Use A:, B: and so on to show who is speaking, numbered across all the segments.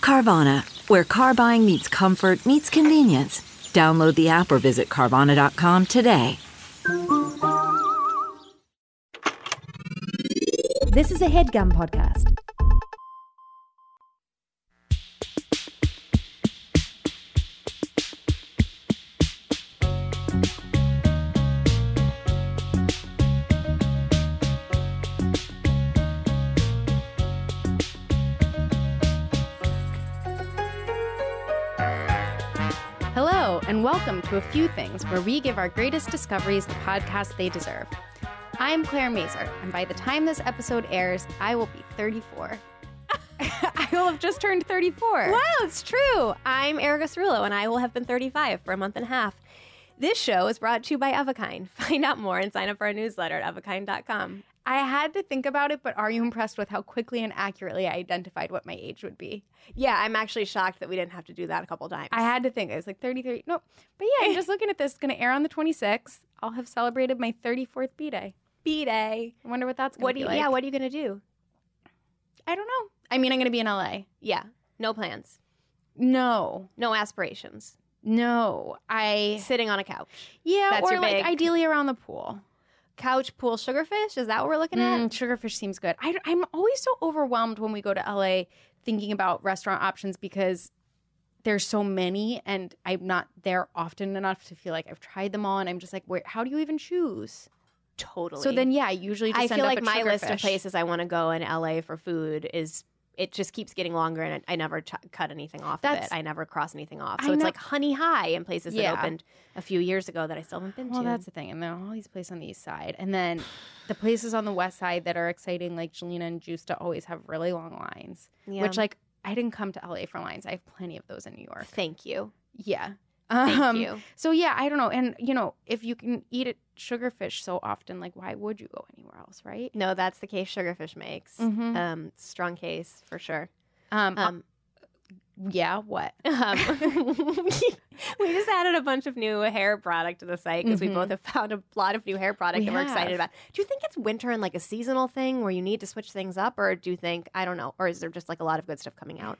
A: Carvana, where car buying meets comfort, meets convenience. Download the app or visit Carvana.com today.
B: This is a headgum podcast.
C: Hello, and welcome to A Few Things, where we give our greatest discoveries the podcast they deserve. I'm Claire Mazer, and by the time this episode airs, I will be 34. I will have just turned 34.
D: Wow, it's true. I'm Erica Cerullo, and I will have been 35 for a month and a half. This show is brought to you by Avakine. Find out more and sign up for our newsletter at avakine.com.
C: I had to think about it, but are you impressed with how quickly and accurately I identified what my age would be?
D: Yeah, I'm actually shocked that we didn't have to do that a couple times.
C: I had to think. I was like 33. No, but yeah, I'm just looking at this. It's going to air on the 26th. I'll have celebrated my 34th B day.
D: B day.
C: I wonder what that's going to
D: What do
C: be
D: you?
C: like.
D: Yeah, what are you gonna do?
C: I don't know. I mean, I'm going to be in LA.
D: Yeah, no plans,
C: No,
D: no aspirations.
C: no. I
D: Sitting on a couch,
C: yeah,
D: That's
C: or
D: your
C: like
D: big-
C: ideally around the pool.
D: couch pool, sugarfish. Is that what we're looking
C: Mm,
D: at?
C: sugarfish seems good. I, am always so overwhelmed when we go to LA thinking about restaurant options because there's so many, and I'm not there often enough to feel like I've tried them all, and I'm just like, where? How do you even choose?
D: Totally.
C: So then, yeah, I usually just
D: I
C: end
D: feel
C: up
D: like
C: at
D: my list of
C: Sugarfish.
D: places I want to go in LA for food is it just keeps getting longer, and I, I never ch- cut anything off
C: That's-
D: of it. I never cross anything off.
C: I
D: So it's
C: know-
D: like Honey High and places
C: Yeah.
D: that opened a few years ago that I still haven't been
C: Well,
D: to.
C: that's the thing, and there are all these places on the east side, and then the places on the west side that are exciting, like Jelena and Justa, always have really long lines.
D: yeah.
C: Which, like, I didn't come to LA for lines. I have plenty of those in New York.
D: thank you,
C: Yeah.
D: thank
C: Um,
D: you.
C: So yeah, I don't know. And you know, if you can eat it sugarfish so often, like why would you go anywhere else, right?
D: No, that's the case Sugarfish makes.
C: Mhm.
D: Um, strong case for sure.
C: Um,
D: Um,
C: yeah, what?
D: um, we just added a bunch of new hair product to the site because we
C: Mhm.
D: both have found a lot of new hair product
C: We
D: that we're excited
C: have.
D: about. Do you think it's winter and like a seasonal thing where you need to switch things up, or do you think I don't know, or is there just like a lot of good stuff coming out,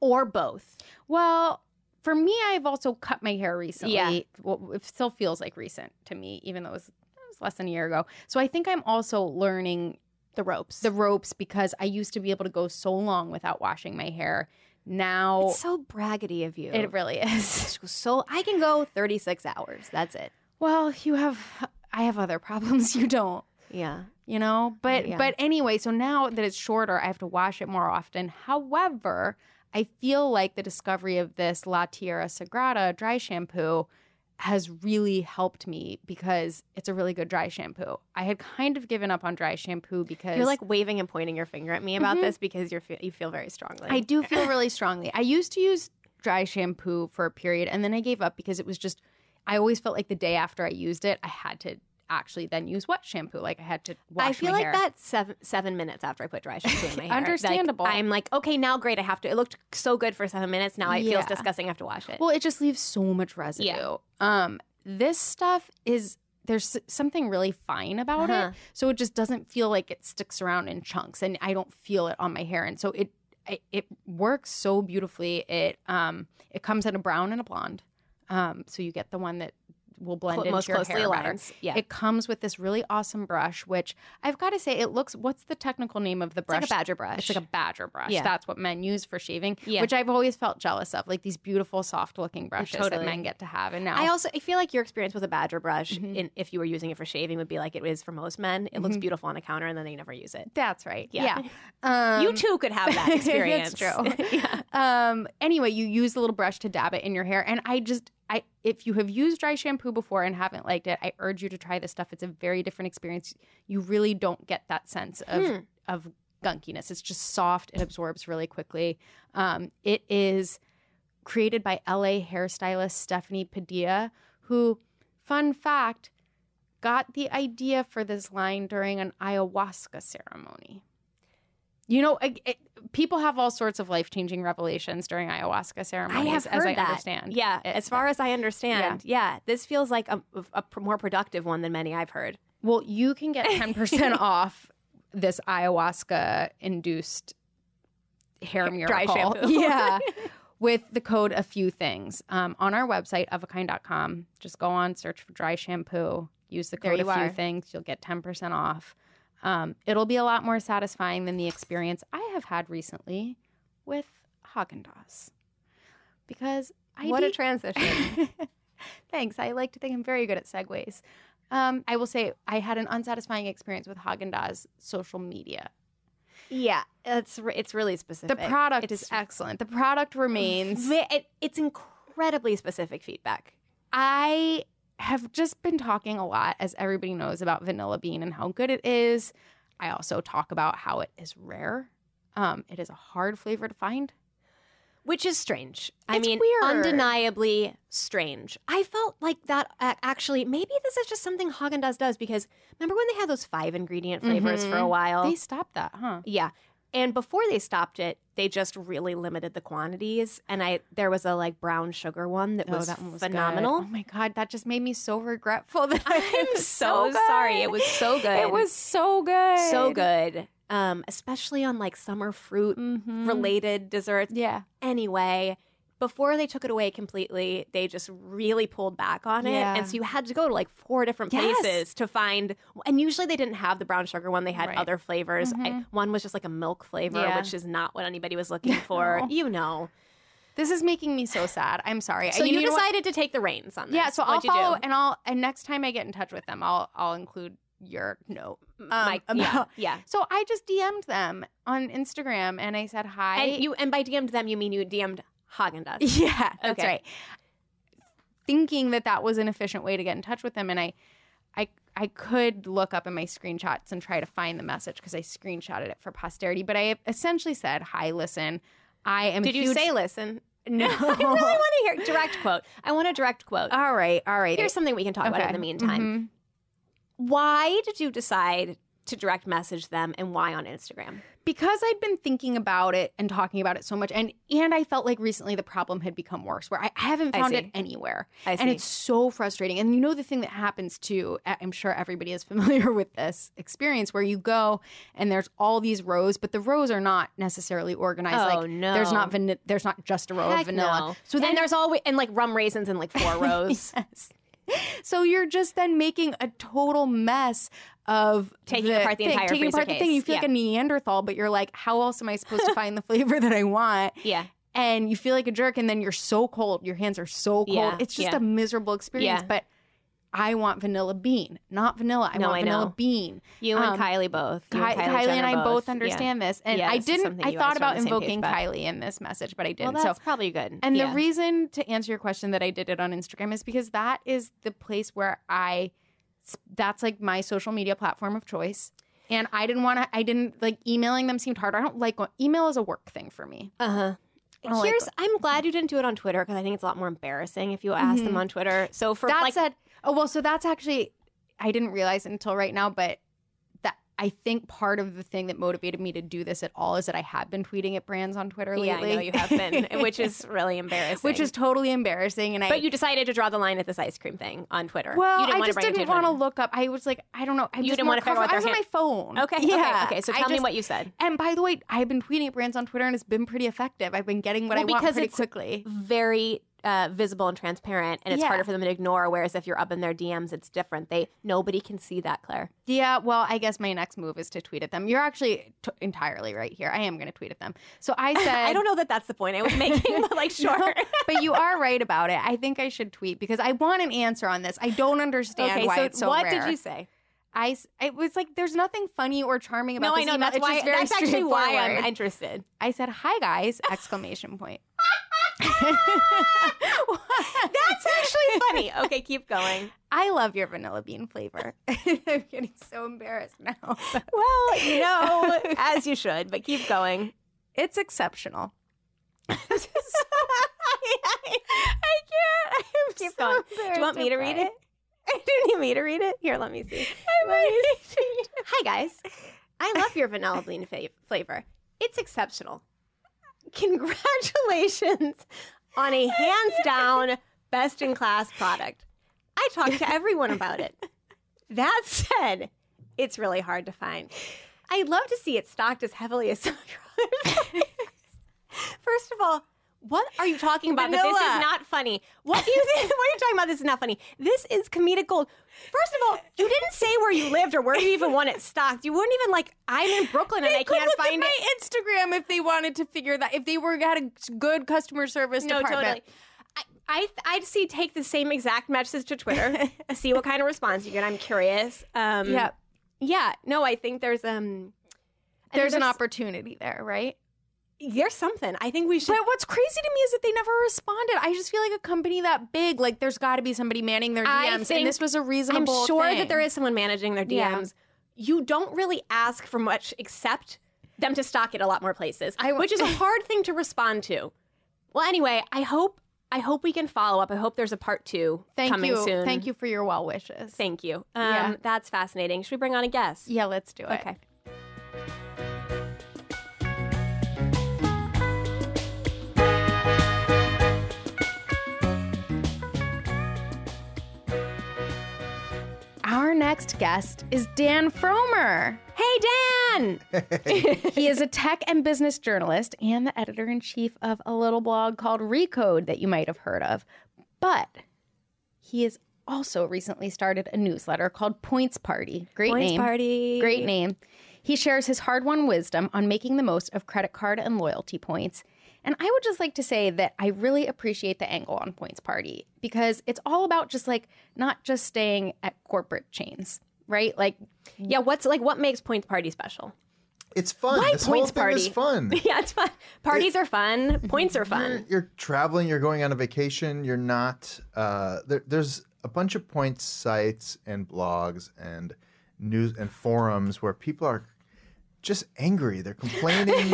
D: or both?
C: Well, for me, I've also cut my hair recently.
D: Yeah.
C: Well, it still feels like recent to me, even though it was, it was less than a year ago. So I think I'm also learning
D: The ropes.
C: the ropes because I used to be able to go so long without washing my hair. Now
D: it's so braggity of you.
C: Oh. it really is.
D: so I can go 36 hours. That's it.
C: Well, you have, I have other problems. You don't.
D: Yeah.
C: you know but
D: Yeah.
C: but anyway so now that it's shorter i have to wash it more often however i feel like the discovery of this la tierra sagrada dry shampoo has really helped me because it's a really good dry shampoo i had kind of given up on dry shampoo because
D: You're like waving and pointing your finger at me about
C: Mhm.
D: this because you're fe- you feel very strongly.
C: i do feel really strongly i used to use dry shampoo for a period and then i gave up because it was just i always felt like the day after i used it i had to actually then use wet shampoo like i had to wash
D: I feel
C: my
D: like
C: hair.
D: that's seven, seven minutes after I put dry shampoo in my hair. Like,
C: Understandable.
D: I'm like, okay, now great. I have to. It looked so good for seven minutes. Now it
C: Yeah.
D: feels disgusting. I have to wash it.
C: Well, it just leaves so much residue. Um, this stuff is there's s- something really fine about
D: Uh-huh.
C: it, so it just doesn't feel like it sticks around in chunks, and I don't feel it on my hair, and so it it, it works so beautifully. It um it comes in a brown and a blonde, um, so you get the one that will blend
D: Cl-
C: into
D: most
C: your
D: closely
C: hair better.
D: aligns. Yeah.
C: It comes with this really awesome brush, which I've got to say, it looks. What's the technical name of the
D: like
C: brush?
D: a badger brush.
C: It's like a badger brush.
D: Yeah.
C: That's what men use for shaving,
D: Yeah.
C: which I've always felt jealous of, like these beautiful, soft-looking brushes
D: totally.
C: that men get to have. And now,
D: I also I feel like your experience with a badger brush,
C: Mhm.
D: in, if you were using it for shaving, would be like it is for most men. It looks
C: Mhm.
D: beautiful on a counter, and then they never use it.
C: that's right.
D: Yeah.
C: Yeah, Um,
D: you too could have that experience.
C: That's true.
D: yeah.
C: Um, anyway, you use the little brush to dab it in your hair, and I just, I, if you have used dry shampoo before and haven't liked it, I urge you to try this stuff. It's a very different experience. You really don't get that sense of
D: Hmm.
C: of gunkiness. It's just soft. It absorbs really quickly. Um, it is created by LA hairstylist Stephanie Padilla, who, fun fact, got the idea for this line during an ayahuasca ceremony. You know, I- it- people have all sorts of life changing revelations during ayahuasca
D: I
C: ceremonies,
D: have heard
C: as I
D: that.
C: understand.
D: Yeah,
C: it.
D: as far as I understand, yeah, this feels like a, a pr- more productive one than many I've heard.
C: Well, you can get 10% off this ayahuasca induced hair
D: Dry
C: miracle.
D: shampoo.
C: Yeah. With the code a few things um, on our website ofakind.com. Just go on, search for dry shampoo, use the
D: There
C: code a
D: you
C: few
D: are.
C: things. You'll get ten percent off. Um, it'll be a lot more satisfying than the experience I have had recently with Haagen Dazs, because I
D: what a
C: de-
D: transition!
C: Thanks. I like to think I'm very good at segues. Um, I will say I had an unsatisfying experience with Haagen Dazs social media.
D: yeah, it's re- it's really
C: The
D: specific.
C: product
D: It's
C: is excellent. The product remains.
D: ve- it, it's incredibly specific feedback.
C: I have just been talking a lot, as everybody knows, about vanilla bean and how good it is. I also talk about how it is rare. Um, it is a hard flavor to find.
D: Which is strange. I
C: It's
D: mean,
C: weird.
D: undeniably strange. I felt like that uh, actually. Maybe this is just something Haagen Dazs does because remember when they had those five ingredient flavors for a
C: Mhm.
D: while?
C: They stopped that, huh?
D: Yeah. And before they stopped it, they just really limited the quantities. And I there was a like brown sugar one that,
C: Oh,
D: was,
C: that one was good.
D: phenomenal.
C: Oh my god, that just made me so regretful that
D: I'm
C: I'm
D: so sorry. It was so good.
C: It was so good.
D: so good. Um, especially on like summer fruit
C: Mhm.
D: related desserts.
C: Yeah.
D: Anyway, before they took it away completely, they just really pulled back on it.
C: Yeah.
D: And so you had to go to like four different
C: Yes.
D: places to find and usually they didn't have the brown sugar one, they had
C: Right.
D: other flavors. I,
C: Mhm.
D: one was just like a milk flavor,
C: Yeah.
D: which is not what anybody was looking for.
C: No.
D: You know.
C: This is making me so sad. I'm sorry.
D: So you,
C: know what?
D: decided to take the reins on this.
C: Yeah, so
D: What'd you
C: I'll follow
D: do?
C: and I'll and next time I get in touch with them, I'll I'll include your note. Um,
D: Mike, yeah,
C: about-
D: yeah.
C: So I just DM'd them on Instagram and I said hi.
D: and you and by DM'd them you mean you DM'd Haagen Dazs.
C: Yeah, that's
D: Okay.
C: right. Thinking that that was an efficient way to get in touch with them, and I, I, I could look up in my screenshots and try to find the message because I screenshotted it for posterity. But I essentially said, "Hi, listen, I am." a
D: Did you
C: huge-
D: say listen?
C: no?
D: I really want to hear direct quote. I want a direct quote.
C: all right, all right.
D: Here's something we can talk about in the
C: Mhm.
D: meantime. Why did you decide to direct message them and why on Instagram?
C: because I'd been thinking about it and talking about it so much, and and I felt like recently the problem had become worse, where I, I haven't
D: I
C: found it
D: see.
C: anywhere,
D: I
C: and
D: see.
C: it's so frustrating. And you know the thing that happens too. I- I'm sure everybody is familiar with this experience, where you go and there's all these rows, but the rows are not necessarily organized.
D: Oh,
C: like
D: no.
C: there's not van- there's not just a row of
D: Heck
C: vanilla.
D: no.
C: So then
D: and
C: there's.
D: there's always and like rum raisins in like four rows.
C: So you're just then making a total mess of
D: Taking apart the
C: thing-
D: entire
C: taking
D: freezer
C: apart the thing. You
D: case.
C: feel like
D: Yeah.
C: a Neanderthal, but you're like, how else am I supposed to find the flavor that I want?
D: Yeah.
C: And you feel like a jerk, and then you're so cold. Your hands are so cold.
D: Yeah,
C: It's just
D: yeah.
C: a miserable experience.
D: Yeah.
C: But I want vanilla bean, not vanilla. I
D: No,
C: want
D: I
C: vanilla
D: know.
C: bean.
D: You and
C: Um,
D: Kylie both. You
C: Ky- Kylie,
D: Jenner
C: and I both
D: Yeah.
C: understand this, and
D: Yeah,
C: I
D: this is
C: didn't.
D: something
C: I
D: you guys
C: thought
D: are on
C: about
D: the same page
C: invoking
D: about.
C: Kylie in this message, but I
D: Well,
C: didn't. so
D: that's probably good.
C: and
D: Yeah.
C: the reason to answer your question that I did it on Instagram is because that is the place where I that's like my social media platform of choice. And I didn't want to I didn't like emailing them seemed harder. I don't like email is a work thing for me.
D: Uh huh.
C: don't like
D: Here's I'm glad you didn't do it on Twitter because I think it's a lot more embarrassing if you ask them
C: Mhm.
D: on Twitter. So for
C: that
D: like
C: said, oh well, so that's actually I didn't realize until right now, but that I think part of the thing that motivated me to do this at all is that I have been tweeting at brands on Twitter
D: yeah,
C: lately.
D: I know you have been, which is really embarrassing.
C: which is totally embarrassing and I
D: but you decided to draw the line at this ice cream thing on Twitter.
C: Well,
D: you didn't
C: I
D: wanna
C: just
D: bring it
C: didn't
D: to
C: want to
D: attention.
C: look up. I was like, I don't know. I'm
D: You
C: just
D: didn't
C: more
D: wanna figure out what
C: comfortable-
D: their
C: I was on my phone.
D: Okay,
C: yeah.
D: okay, okay. So
C: I
D: tell me
C: just-
D: what you said.
C: And by the way, I've been tweeting at brands on Twitter, and it's been pretty effective. I've been getting what
D: Well,
C: I want
D: because
C: pretty
D: it's-
C: quickly.
D: Very uh, visible and transparent, and it's
C: Yeah.
D: harder for them to ignore. Whereas if you're up in their DMs, it's different. They nobody can see that, Claire.
C: Yeah, well, I guess my next move is to tweet at them. You're actually t- entirely right here. I am going to tweet at them. So I said,
D: I don't know that that's the point I was making, but like, sure.
C: No, but you are right about it. I think I should tweet because I want an answer on this. I don't understand
D: okay,
C: why
D: so
C: it's so
D: what
C: rare.
D: did you say?
C: I s- it was like there's nothing funny or charming about
D: no,
C: this
D: I know
C: email.
D: that's
C: It's
D: why.
C: just very
D: That's actually why I'm
C: straightforward.
D: interested.
C: I said, "Hi guys!" Exclamation point.
D: That's actually funny. Okay, keep going.
C: I love your vanilla bean flavor. I'm getting so embarrassed now.
D: Well, you know, as you should, but keep going.
C: It's exceptional.
D: I can't. I'm keep
C: so
D: going. Do you want me to read it?
C: embarrassed
D: Do you need me to read it? Here, let me see. Let me see. Hi, guys. I love your vanilla bean fa- flavor. It's exceptional. Congratulations on a hands down best in class product. I talked to everyone about it. That said, it's really hard to find. I'd love to see it stocked as heavily as some other products. First of all, what are you talking about? That this
C: Vanilla.
D: is not funny. What do you think? What are you talking about? This is not funny. This is comedic gold. First of all, you didn't say where you lived or where you even want it stocked. You weren't even like, I'm in Brooklyn and I
C: Could
D: can't
C: look
D: find
C: at my
D: it.
C: Instagram if they wanted to figure that if they were had a good customer service department.
D: I, I I'd see take the same exact message to Twitter, see what kind of response you get. I'm curious. Um,
C: Yeah,
D: yeah. No, I think there's um, I
C: there's
D: think
C: an opportunity there, right?
D: There's something. I think we should.
C: But what's crazy to me is that they never responded. I just feel like a company that big, like there's got to be somebody manning their
D: I
C: DMs,
D: think-
C: and this was a
D: I'm
C: reasonable.
D: sure
C: thing.
D: that there is someone managing their DMs.
C: Yeah.
D: You don't really ask for much except them to stock it a lot more places,
C: I-
D: which is a hard thing to respond to. Well, anyway, I hope I hope we can follow up. I hope there's a part two
C: Thank
D: coming
C: you,
D: soon.
C: thank you for your well wishes.
D: Thank you. Um,
C: Yeah.
D: That's fascinating. Should we bring on a guest?
C: yeah, let's do it.
D: Okay.
C: Our next guest is Dan Fromer.
D: Hey, Dan.
C: He is a tech and business journalist and the editor in chief of a little blog called Recode that you might have heard of. But he has also recently started a newsletter called Points Party. Great
D: Points
C: name.
D: Party.
C: Great name. He shares his hard won wisdom on making the most of credit card and loyalty points. And I would just like to say that I really appreciate the angle on Points Party because it's all about just like not just staying at corporate chains, right? Like,
D: Yeah. What's like? What makes Points Party special?
E: It's fun. this whole
D: points
E: thing
D: party?
E: is fun.
D: yeah, it's fun. Parties are fun. Points are
E: You're,
D: fun.
E: you're traveling. You're going on a vacation. You're not. Uh, there, there's a bunch of point sites and blogs and news and forums where people are just angry. They're complaining.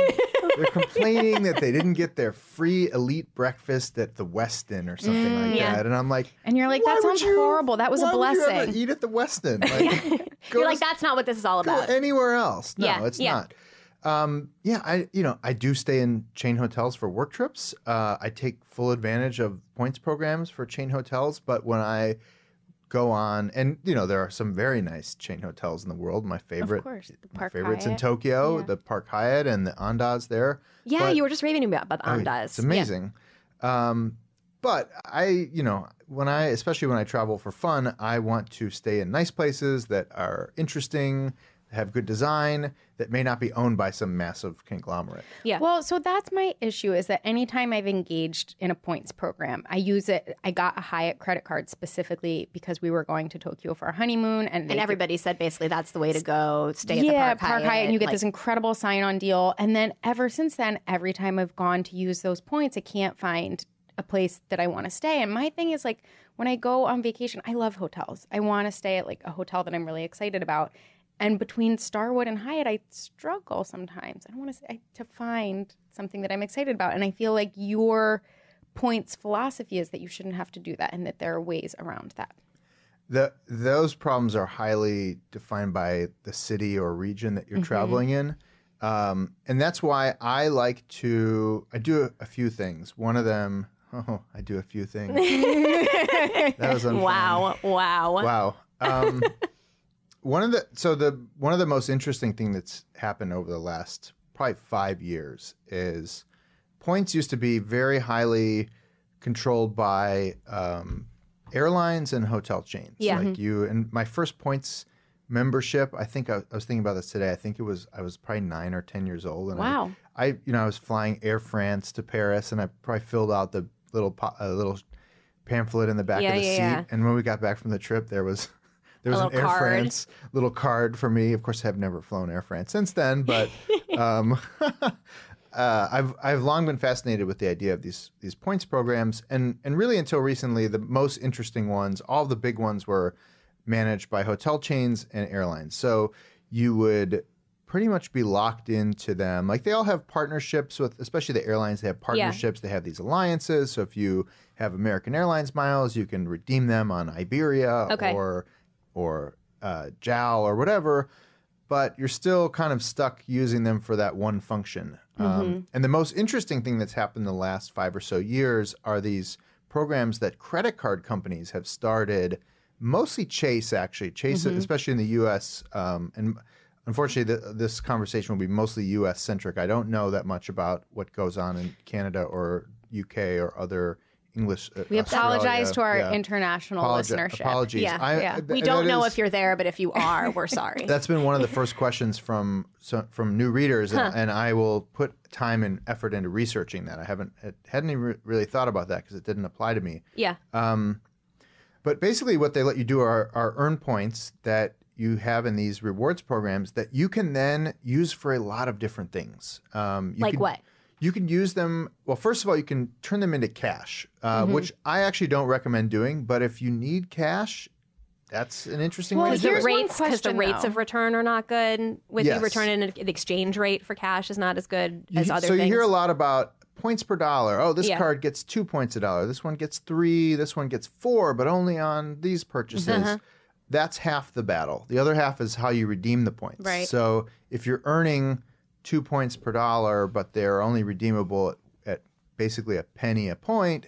E: they're complaining that they didn't get their free elite breakfast at the Westin or something like
D: yeah.
E: that. And I'm like,
C: And Mm, you're like,
E: "Why
C: that
E: would
C: sounds
E: you-
C: horrible. That was a
E: why would you ever
C: blessing."
E: eat at the Westin. Like, go
D: You're
E: to
D: like, that's not what this is all
E: go
D: about.
E: anywhere else. No,
D: Yeah,
E: it's
D: yeah.
E: not. Um, yeah, I you know I do stay in chain hotels for work trips. Uh, I take full advantage of points programs for chain hotels, but when I go on and you know there are some very nice chain hotels in the world. My favorite,
C: course, the
E: my
C: Park
E: favorites in
C: Hyatt.
E: Tokyo,
C: Yeah.
E: the Park Hyatt and the Andaz there.
D: Yeah,
E: But-
D: you were just raving about, about the
E: Oh,
D: Amdas.
E: It's amazing. Um, but I, you know, when I, especially when I travel for fun, I want to stay in nice places that are interesting, have good design, that may not be owned by some massive conglomerate.
D: Yeah.
C: Well, so that's my issue is that anytime I've engaged in a points program, I use it. I got a Hyatt credit card specifically because we were going to Tokyo for our honeymoon, and,
D: and
C: they-
D: everybody said basically that's the way to go. Stay at the
C: yeah,
D: Park Hyatt.
C: and you get
D: like-
C: this incredible sign-on deal. And then ever since then, every time I've gone to use those points, I can't find a place that I want to stay. And my thing is like when I go on vacation, I love hotels. I want to stay at like a hotel that I'm really excited about. And between Starwood and Hyatt, I struggle sometimes. I don't want to I, to find something that I'm excited about. And I feel like your points philosophy is that you shouldn't have to do that, and that there are ways around that.
E: The, those problems are highly defined by the city or region that you're traveling in. Um, and that's why I like to, I do a, a few things. One of them, oh, I do a few things. that was unfair.
D: Wow, wow.
E: Wow. Um, one of the so the one of the most interesting thing that's happened over the last probably five years is points used to be very highly controlled by um, airlines and hotel chains.
D: Yeah.
E: Like you and my first points membership. I think I, I was thinking about this today. I think it was I was probably nine or ten years old. And I-
C: Wow.
E: I, you know I was flying Air France to Paris, and I probably filled out the little po- uh, little pamphlet in the back
D: Yeah,
E: of the
D: yeah,
E: seat.
D: yeah.
E: And when we got back from the trip, there was there was an
D: little
E: Air
D: card.
E: France little card for me. Of course, I've never flown Air France since then, but um, uh, I've I've long been fascinated with the idea of these these points programs, and and really until recently, the most interesting ones, all the big ones, were managed by hotel chains and airlines. So you would pretty much be locked into them. Like they all have partnerships with, especially the airlines. They have partnerships. They have these alliances. So if you have American Airlines miles, you can redeem them on Iberia
D: Okay.
E: or or uh, JAL or whatever but you're still kind of stuck using them for that one function. Um, and the most interesting thing that's happened the last five or so years are these programs that credit card companies have started, mostly Chase, actually. Chase, especially in the US, um, and unfortunately, th- this conversation will be mostly US centric. I don't know that much about what goes on in Canada or UK or other English. uh,
C: We
E: Australia.
C: apologize to our
E: Yeah.
C: international
E: Apologi-
C: listenership.
E: Apologies.
D: Yeah,
E: I-
C: yeah.
E: th-
D: we
E: that
D: don't know
E: is-
D: if you're there, but if you are, we're sorry.
E: that's been one of the first questions from so, from new readers, and, and I will put time and effort into researching that. I haven't had- hadn't even re- really thought about that because it didn't apply to me.
D: yeah.
E: Um, But basically, what they let you do are, are earn points that you have in these rewards programs that you can then use for a lot of different things. Um, you
D: Like
E: can-
D: what?
E: You can use them. Well, first of all, you can turn them into cash, uh, which I actually don't recommend doing. But if you need cash, that's an interesting
C: Well,
E: way
D: Because
E: to do
D: the
C: here's
E: it.
C: one
D: rates, because the
C: question,
D: rates
C: though.
D: of return are not good. With
E: Yes.
D: you returning, it, the exchange rate for cash is not as good
E: You
D: as
E: he-
D: other
E: so
D: things.
E: you hear a lot about points per dollar. Oh, this
D: Yeah.
E: card gets two points a dollar. This one gets three. This one gets four, but only on these purchases.
D: Uh-huh.
E: That's half the battle. The other half is how you redeem the points.
D: Right.
E: So if you're earning two points per dollar, but they're only redeemable at, at basically a penny a point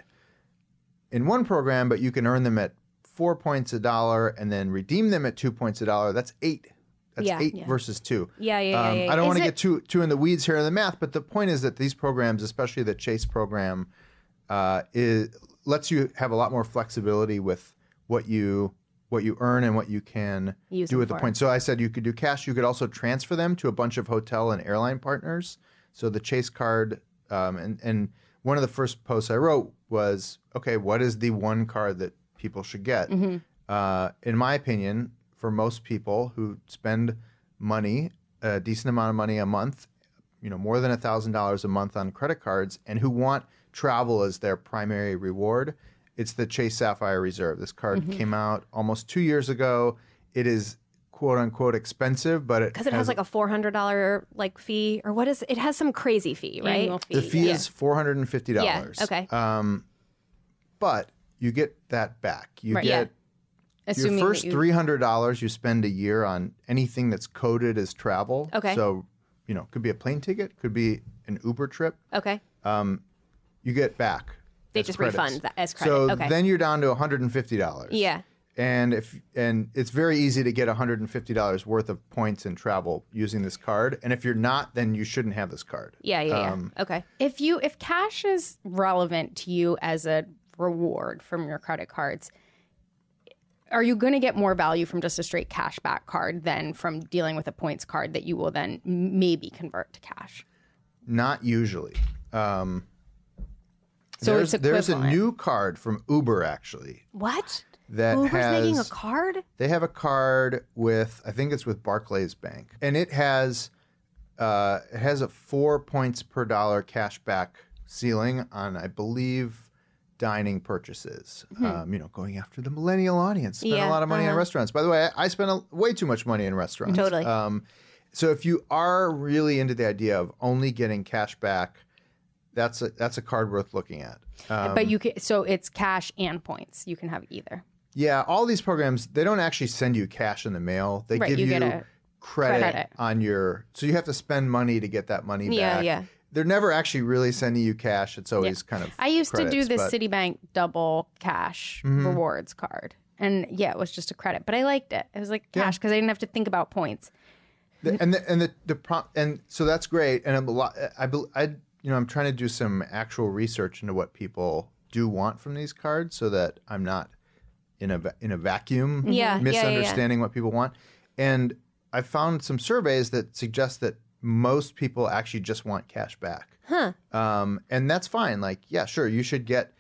E: in one program, but you can earn them at four points a dollar and then redeem them at two points a dollar, that's eight. That's
D: Yeah.
E: eight versus two.
D: Yeah, yeah, yeah,
E: Um,
D: yeah,
E: I don't
D: yeah.
E: want to
D: Is
E: get too too in the weeds here in the math, but the point is that these programs, especially the Chase program, uh, is lets you have a lot more flexibility with what you what you earn and what you can
D: Use
E: do
D: them
E: with the
D: for.
E: points. So I said you could do cash. You could also transfer them to a bunch of hotel and airline partners. So the Chase card, um, and and one of the first posts I wrote was, okay, what is the one card that people should get?
C: Mm-hmm.
E: Uh, in my opinion, for most people who spend money, a decent amount of money a month, you know, more than a thousand dollars a month on credit cards, and who want travel as their primary reward, it's the Chase Sapphire Reserve. This card
D: Mm-hmm.
E: came out almost two years ago. It is quote unquote expensive, but it
D: because it has like a four hundred dollar like fee or what is it has some crazy fee, right?
C: Annual fee.
E: the fee
C: yeah.
E: is four hundred and fifty
D: Yeah.
E: dollars. Um,
D: Okay.
E: but you get that back. You
C: Right.
E: get.
C: Yeah. Assuming
E: your
C: that
E: first
C: you-
E: three hundred dollars you spend a year on anything that's coded as travel.
D: Okay.
E: So, you know, could be a plane ticket, could be an Uber trip.
D: okay.
E: You get back.
D: They
E: as
D: just
E: credits.
D: refund that as credit.
E: So
D: okay.
E: then you're down to one hundred and fifty dollars.
D: Yeah.
E: And if and it's very easy to get one hundred and fifty dollars worth of points in travel using this card. And if you're not, then you shouldn't have this card.
D: yeah, yeah, yeah.
E: Um,
D: okay.
C: if you if cash is relevant to you as a reward from your credit cards are you going to get more value from just a straight cashback card than from dealing with a points card that you will then maybe convert to cash
E: Not usually. Um,
C: So
E: there's,
C: it's
E: there's a
C: equivalent.
E: new card from Uber actually
D: What?
E: that
D: Uber's
E: has
D: making a card?
E: They have a card with I think it's with Barclays Bank, and it has uh, it has a four points per dollar cashback ceiling on I believe dining purchases.
C: Hmm.
E: Um, you know, going after the millennial audience, spend
D: Yeah,
E: a lot of
C: uh-huh.
E: money on restaurants. By the way, I, I spend a, way too much money in restaurants.
D: Totally.
E: Um, so if you are really into the idea of only getting cash back, that's a, that's a card worth looking at. Um,
C: but you can so it's cash and points you can have either
E: yeah, all these programs they don't actually send you cash in the mail. They
C: Right,
E: give
C: you
E: you,
C: get
E: credit,
C: a credit.
E: on your so you have to spend money to get that money
D: Yeah,
E: back.
D: yeah.
E: They're never actually really sending you cash. It's always kind of
C: i used to do
E: credits,
C: this
E: but- Mm-hmm.
C: citibank double cash rewards card and yeah it was just a credit but i liked it it was like cash because i didn't have to think about points
E: The- and the, and the, the pro- and so that's great and I'm a lot I, bel- I you know I'm trying to do some actual research into what people do want from these cards so that I'm not in a va- in a vacuum
D: Yeah, yeah, yeah, yeah.
E: misunderstanding what people want. And I found some surveys that suggest that most people actually just want cash back.
D: Huh.
E: Um, and that's fine. Like, yeah, sure, you should get.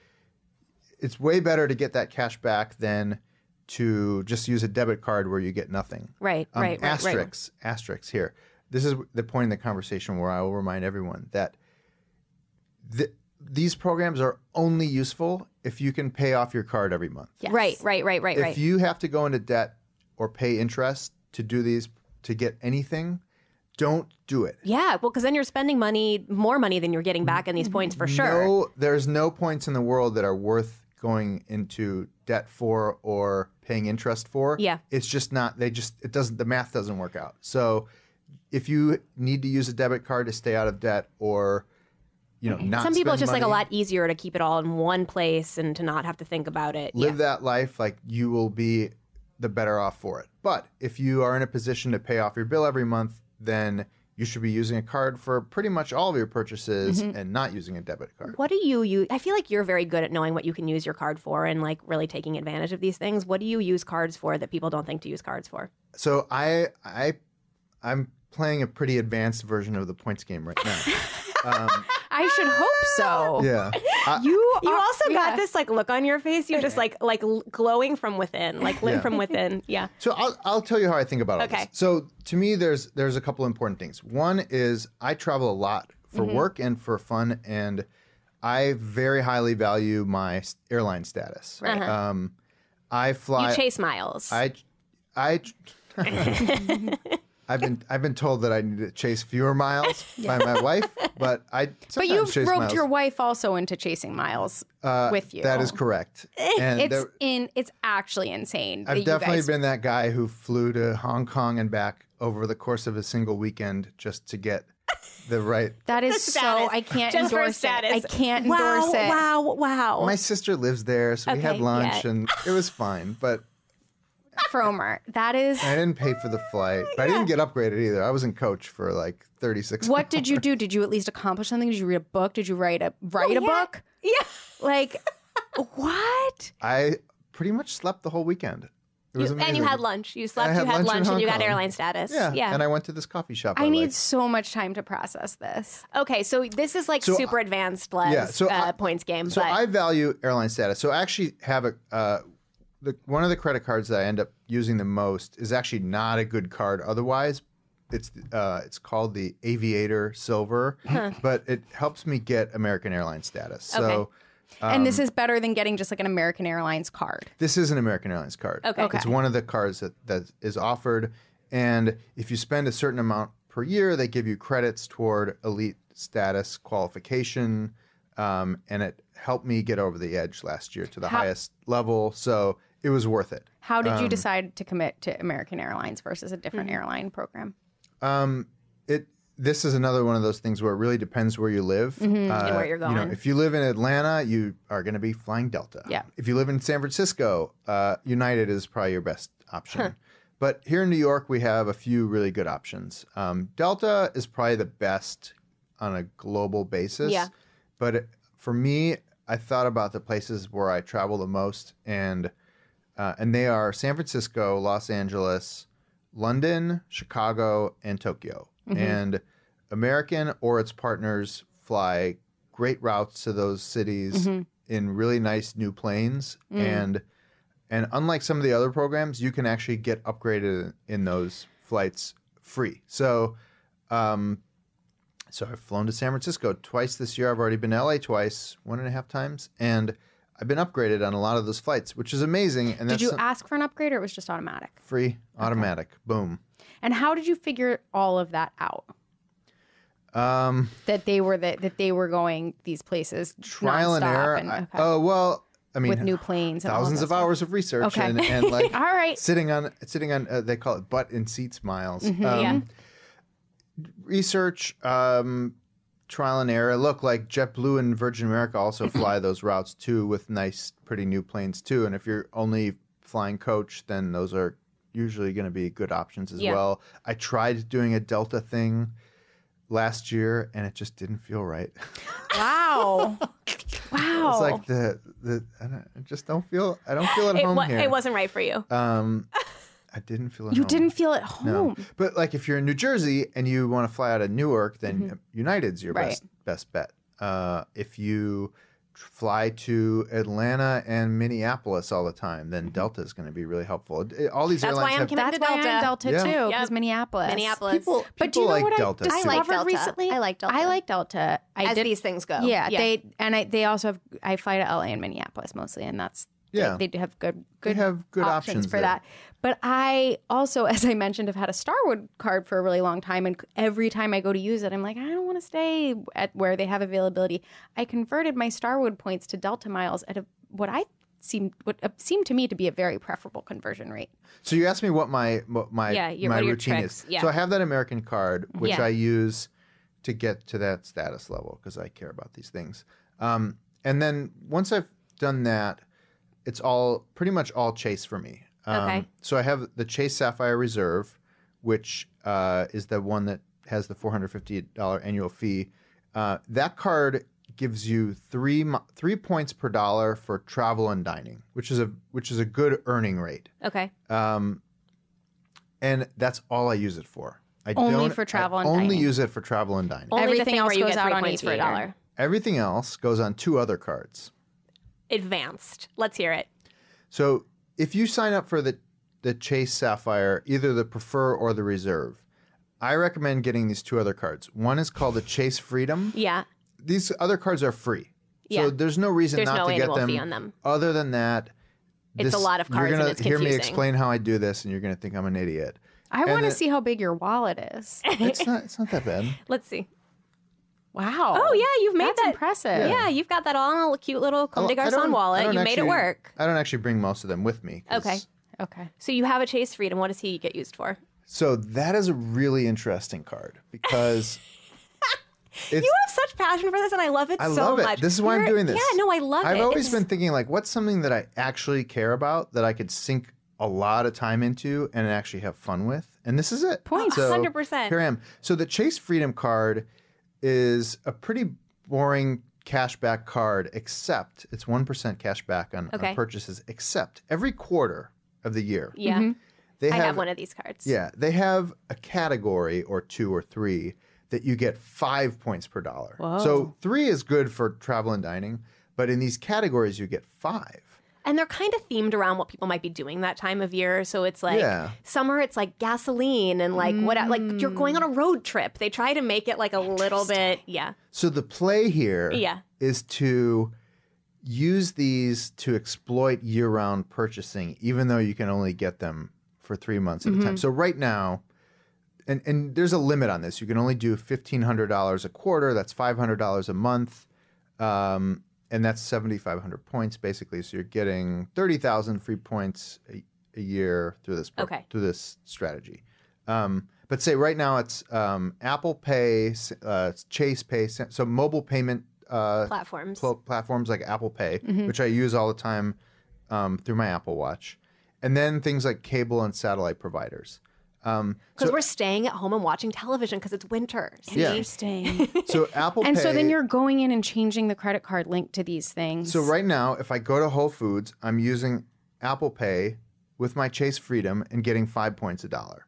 E: It's way better to get that cash back than to just use a debit card where you get nothing.
D: Right,
E: Um,
D: right, right, right.
E: asterisks, asterisks here. This is the point in the conversation where I will remind everyone that th- these programs are only useful if you can pay off your card every month.
C: Yes.
D: Right, right, right, right,
E: if
D: right.
E: you have to go into debt or pay interest to do these to get anything, don't do it.
D: yeah, well, because then you're spending money, more money than you're getting back in these points for sure.
E: No, there's no points in the world that are worth going into debt for or paying interest for.
D: Yeah.
E: It's just not they just it doesn't the math doesn't work out. So if you need to use a debit card to stay out of debt or you know, not
D: Some people it's
E: spend
D: just like a
E: money,
D: lot easier to keep it all in one place and to not have to think about it.
E: live that life like you will be the better off for it but if you are in a position to pay off your bill every month then you should be using a card for pretty much all of your purchases and not using a debit card
D: What do you use? I feel like you're very good at knowing what you can use your card for and like really taking advantage of these things. What do you use cards for that people don't think to use cards for?
E: so i i i'm playing a pretty advanced version of the points game right now um,
C: I should hope so.
E: yeah I-
C: You
D: You
C: are-
D: also
C: yeah.
D: got this like look on your face. You're just like like l- glowing from within, like lit
E: Yeah.
D: from within. Yeah.
E: So I'll, I'll tell you how I think about all
D: Okay.
E: this. So to me, there's there's a couple important things. One is I travel a lot for
C: Mm-hmm.
E: work and for fun, and I very highly value my s- airline status.
D: Right. Uh-huh.
E: Um, I fly.
D: You chase miles.
E: I, I. I've been I've been told that I need to chase fewer miles by my wife, but I.
C: But
E: sometimes
C: you've
E: chase
C: roped
E: miles.
C: your wife also into chasing miles
E: Uh,
C: with you.
E: That is correct. And
C: It's
E: there-
C: in. It's actually insane. that
E: I've
C: you
E: definitely
C: guys-
E: been that guy who flew to Hong Kong and back over the course of a single weekend just to get the right.
C: That is
D: The
C: so.
D: status.
C: I can't
D: Just for
C: endorse it. I
D: status.
C: can't
D: wow,
C: endorse it.
D: Wow, wow,
E: My sister lives there, so we had
D: Okay,
E: lunch
D: yeah.
E: and it was fine, but
C: Fromer. That is.
E: I didn't pay for the
D: Oh
E: flight. But I didn't get upgraded either. I was in coach for like 36
C: What did you do? Did you at least accomplish something? Did you read a book? Did you write a write a book?
D: Oh, Yeah.
C: Like what?
E: I pretty much slept the whole weekend. It was
D: You- and you
E: amazing.
D: had lunch. You slept.
E: I
D: you
E: had
D: had
E: lunch in
D: lunch,
E: Hong
D: and you got
E: Kong.
D: airline status.
E: Yeah.
D: Yeah.
E: And I went to this coffee shop.
C: I need
E: liked.
C: so much time to process this.
D: okay, so this is like
E: So
D: super advanced lens,
E: yeah, so
D: uh,
E: I-
D: points game.
E: So
D: but
E: I value airline status. So I actually have a uh, the, one of the credit cards that I end up using the most is actually not a good card. Otherwise, it's uh, it's called the Aviator Silver, but it helps me get American Airlines status. So
D: Okay.
C: and
E: Um,
C: this is better than getting just like an American Airlines card.
E: this is an American Airlines card.
D: Okay. Okay.
E: it's one of the cards that that is offered, and if you spend a certain amount per year, they give you credits toward elite status qualification. Um, and it helped me get over the edge last year to the
C: How-
E: highest level. So it was worth it.
C: How did
E: Um,
C: you decide to commit to American Airlines versus a different
D: Mm-hmm.
C: airline program?
E: Um, it this is another one of those things where it really depends where you live uh,
D: Mm-hmm. And where you're
E: You know,
D: going.
E: if you live in Atlanta, you are going to be flying Delta.
C: Yeah.
E: If you live in San Francisco, uh, United is probably your best option. But here in New York, we have a few really good options. Um, Delta is probably the best on a global basis.
D: Yeah.
E: But it, for me, I thought about the places where I travel the most, and uh, and they are San Francisco, Los Angeles, London, Chicago, and Tokyo. And American or its partners fly great routes to those
C: Mm-hmm.
E: cities in really nice new planes
C: Mm.
E: and and unlike some of the other programs, you can actually get upgraded in those flights free. So um so I've flown to San Francisco twice this year. I've already been to LA twice, one and a half times, and I've been upgraded on a lot of those flights, which is amazing. And that's
C: Did you
E: some-
C: ask for an upgrade or it was just automatic?
E: free, automatic, boom.
C: And how did you figure all of that out?
E: Um,
C: That they were the, that they were going these places
E: trial and
C: nonstop
E: error.
C: and-
E: I-
C: okay.
E: Oh well, I mean,
C: with new planes and all
E: thousands
C: that
E: of
C: stuff.
E: hours of research
C: Okay.
E: and, and like
C: All right.
E: sitting on sitting on uh, they call it butt in seats miles. um,
D: Mm-hmm. yeah.
E: Research, um, trial and error. Look, like JetBlue and Virgin America also fly those routes too with nice, pretty new planes too. And if you're only flying coach, then those are usually going to be good options as
D: Yeah.
E: well. I tried doing a Delta thing. last year and it just didn't feel right.
C: Wow. wow.
E: It's like the the I, don't, I just don't feel I don't feel at
D: It,
E: home
D: wa-
E: here.
D: it wasn't right for you.
E: Um, I didn't feel at
C: you
E: home.
C: didn't feel at
E: No,
C: home.
E: but like if you're in New Jersey and you want to fly out of Newark, then United's your
C: Right.
E: best best bet. Uh, if you tr- fly to Atlanta and Minneapolis all the time, then Delta's going to be really helpful. It- it- all these
D: That's why
E: airlines
D: I'm
E: have
D: committed
C: That's
D: to
C: why
D: Delta.
C: I'm Delta
E: Yeah.
C: too, because
D: Yep.
C: Minneapolis.
D: Minneapolis.
E: people.
C: But do you know
E: people like
C: what
E: Delta
C: I
E: too.
C: discovered
D: Delta.
C: recently?
D: I like Delta.
C: I like Delta. I
D: As
C: did.
D: these things go.
C: yeah, they and I, they also have. I fly to LA and Minneapolis mostly, and that's they-
E: Yeah.
C: They, do have good
E: They
C: good
E: have good
C: options,
E: options
C: for
E: there.
C: that. But I also, as I mentioned, have had a Starwood card for a really long time, and every time I go to use it, I'm like, I don't want to stay at where they have availability. I converted my Starwood points to Delta miles at a, what I seemed what uh, seemed to me to be a very preferable conversion rate.
E: So you asked me what my what my
F: Yeah, your-
E: my
F: what are your
E: routine
F: tricks?
E: is.
F: Yeah.
E: So I have that American card, which
F: Yeah.
E: I use to get to that status level because I care about these things. Um, and then once I've done that, it's all pretty much all Chase for me. Um,
F: Okay.
E: So I have the Chase Sapphire Reserve, which uh, is the one that has the four hundred fifty dollar annual fee. Uh, that card gives you three mi- three points per dollar for travel and dining, which is a which is a good earning rate.
F: Okay.
E: Um, and that's all I use it for. I
C: Only
E: don't,
C: for
E: I
C: travel and
E: only
C: dining.
E: use it for travel and dining.
F: Only the
C: Everything
F: thing
C: else
F: where you
C: goes
F: get
C: out
F: three
C: on
F: points for a
C: ETA.
F: dollar.
E: Everything else goes on two other cards.
D: Advanced. Let's hear it.
E: So if you sign up for the the Chase Sapphire, either the Prefer or the Reserve, I recommend getting these two other cards. One is called the Chase Freedom.
D: Yeah.
E: These other cards are free.
D: Yeah.
E: So there's no reason
D: There's
E: not
D: no
E: to get
D: annual
E: them.
D: fee on them.
E: Other than that,
D: It's a
E: this-
D: lot of cards
E: You're
D: and
E: gonna
D: it's
E: hear me
D: confusing.
E: explain how I do this, and you're gonna think I'm an idiot.
C: I want to
E: it-
C: see how big your wallet is.
E: It's not. It's not that bad.
D: Let's see.
C: Wow.
D: Oh yeah, you've made
C: That's
D: that.
C: impressive.
D: Yeah. you've got that all in a little- cute little
E: I
D: Comme des
E: don't- I don't-
D: Garçons
E: I
D: wallet.
E: don't
D: You made it
E: actually-
D: work.
E: I don't actually bring most of them with me. 'cause-
D: Okay.
C: Okay.
D: So you have a Chase Freedom. What does he get used for?
E: So that is a really interesting card because it's,
D: You have such passion for this, and I love it
E: I
D: so
E: love it.
D: much.
E: This is why I'm
D: You're-
E: doing this.
D: Yeah, no, I love
E: I've
D: it.
E: I've always
D: It's-
E: been thinking like, what's something that I actually care about that I could sink a lot of time into and actually have fun with? And this is it.
D: Point.
E: So
D: 100%.
E: Here I am. So the Chase Freedom card is a pretty boring cashback card, except it's one percent cashback on,
D: Okay.
E: on purchases. Except every quarter of the year,
D: Yeah,
E: Mm-hmm. they
D: I
E: have,
D: have one of these cards.
E: yeah, they have a category or two or three that you get five points per dollar. So three is good for travel and dining, but in these categories you get five.
D: And they're kind of themed around what people might be doing that time of year. So it's like
E: Yeah.
D: summer, it's like gasoline and like what, like you're going on
E: Mm.
D: a road trip. They try to make it like a little bit, yeah.
E: So the play here is
D: Yeah.
E: to use these to exploit year-round purchasing, even though you can only get them for three months at a
D: Mm-hmm.
E: time. So right now, and and there's a limit on this. You can only do fifteen hundred dollars a quarter. That's five hundred dollars a month, um, and that's seventy five hundred points basically. So you're getting thirty thousand free points a, a year through this pro-
D: Okay.
E: through this strategy. Um, but say right now it's um, Apple Pay, s- uh, it's Chase Pay, s- so mobile payment uh,
D: Platforms.
E: pl- platforms like Apple Pay,
C: Mm-hmm.
E: which I use all the time um, through my Apple Watch, and then things like cable and satellite providers. Um,
D: Because we're staying at home and watching television because it's winter. See?
E: Yeah.
C: Interesting.
E: so Apple
C: and
E: Pay.
C: so then you're going in and changing the credit card link to these things.
E: So right now, if I go to Whole Foods, I'm using Apple Pay with my Chase Freedom and getting five points a dollar.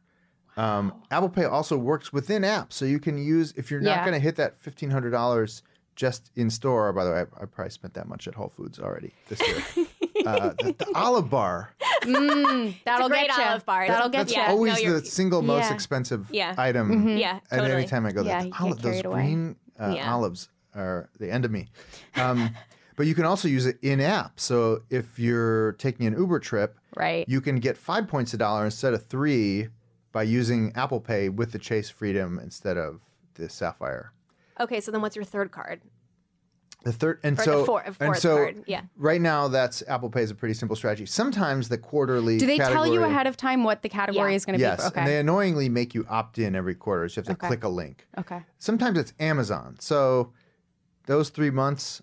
E: Um, Apple Pay also works within apps, so you can use if you're not
C: Yeah.
E: going to hit that fifteen hundred dollars just in store. By the way, I, I probably spent that much at Whole Foods already this year. uh, the, the olive bar.
C: Mm, that'll
D: great
C: get you.
D: olive bar.
C: That'll get
E: That's
C: you.
D: Yeah, no,
E: always
D: you're-
E: the single most
C: yeah. Mm-hmm.
E: expensive
D: Yeah.
E: item.
D: Yeah,
E: And
D: totally.
E: every time I go there,
C: Yeah,
E: the
C: you get
E: olive, those
C: carried away.
E: green uh,
D: Yeah.
E: olives are the end of me. Um, but you can also use it in app. So if you're taking an Uber trip,
C: Right.
E: you can get five points a dollar instead of three by using Apple Pay with the Chase Freedom instead of the Sapphire.
D: Okay, so then what's your third card?
E: The third and
D: Or
E: so
D: the four,
E: and
D: fourth
E: so
D: card. Yeah.
E: right now that's Apple Pay is a pretty simple strategy. Sometimes the quarterly
C: Do they tell you
E: category-
C: ahead of time what the category
D: Yeah.
C: is going to
E: Yes,
C: be? For?
E: and they
C: Okay.
E: annoyingly make you opt in every quarter, so you have to
C: Okay.
E: click a link.
C: okay.
E: sometimes it's Amazon. So those three months,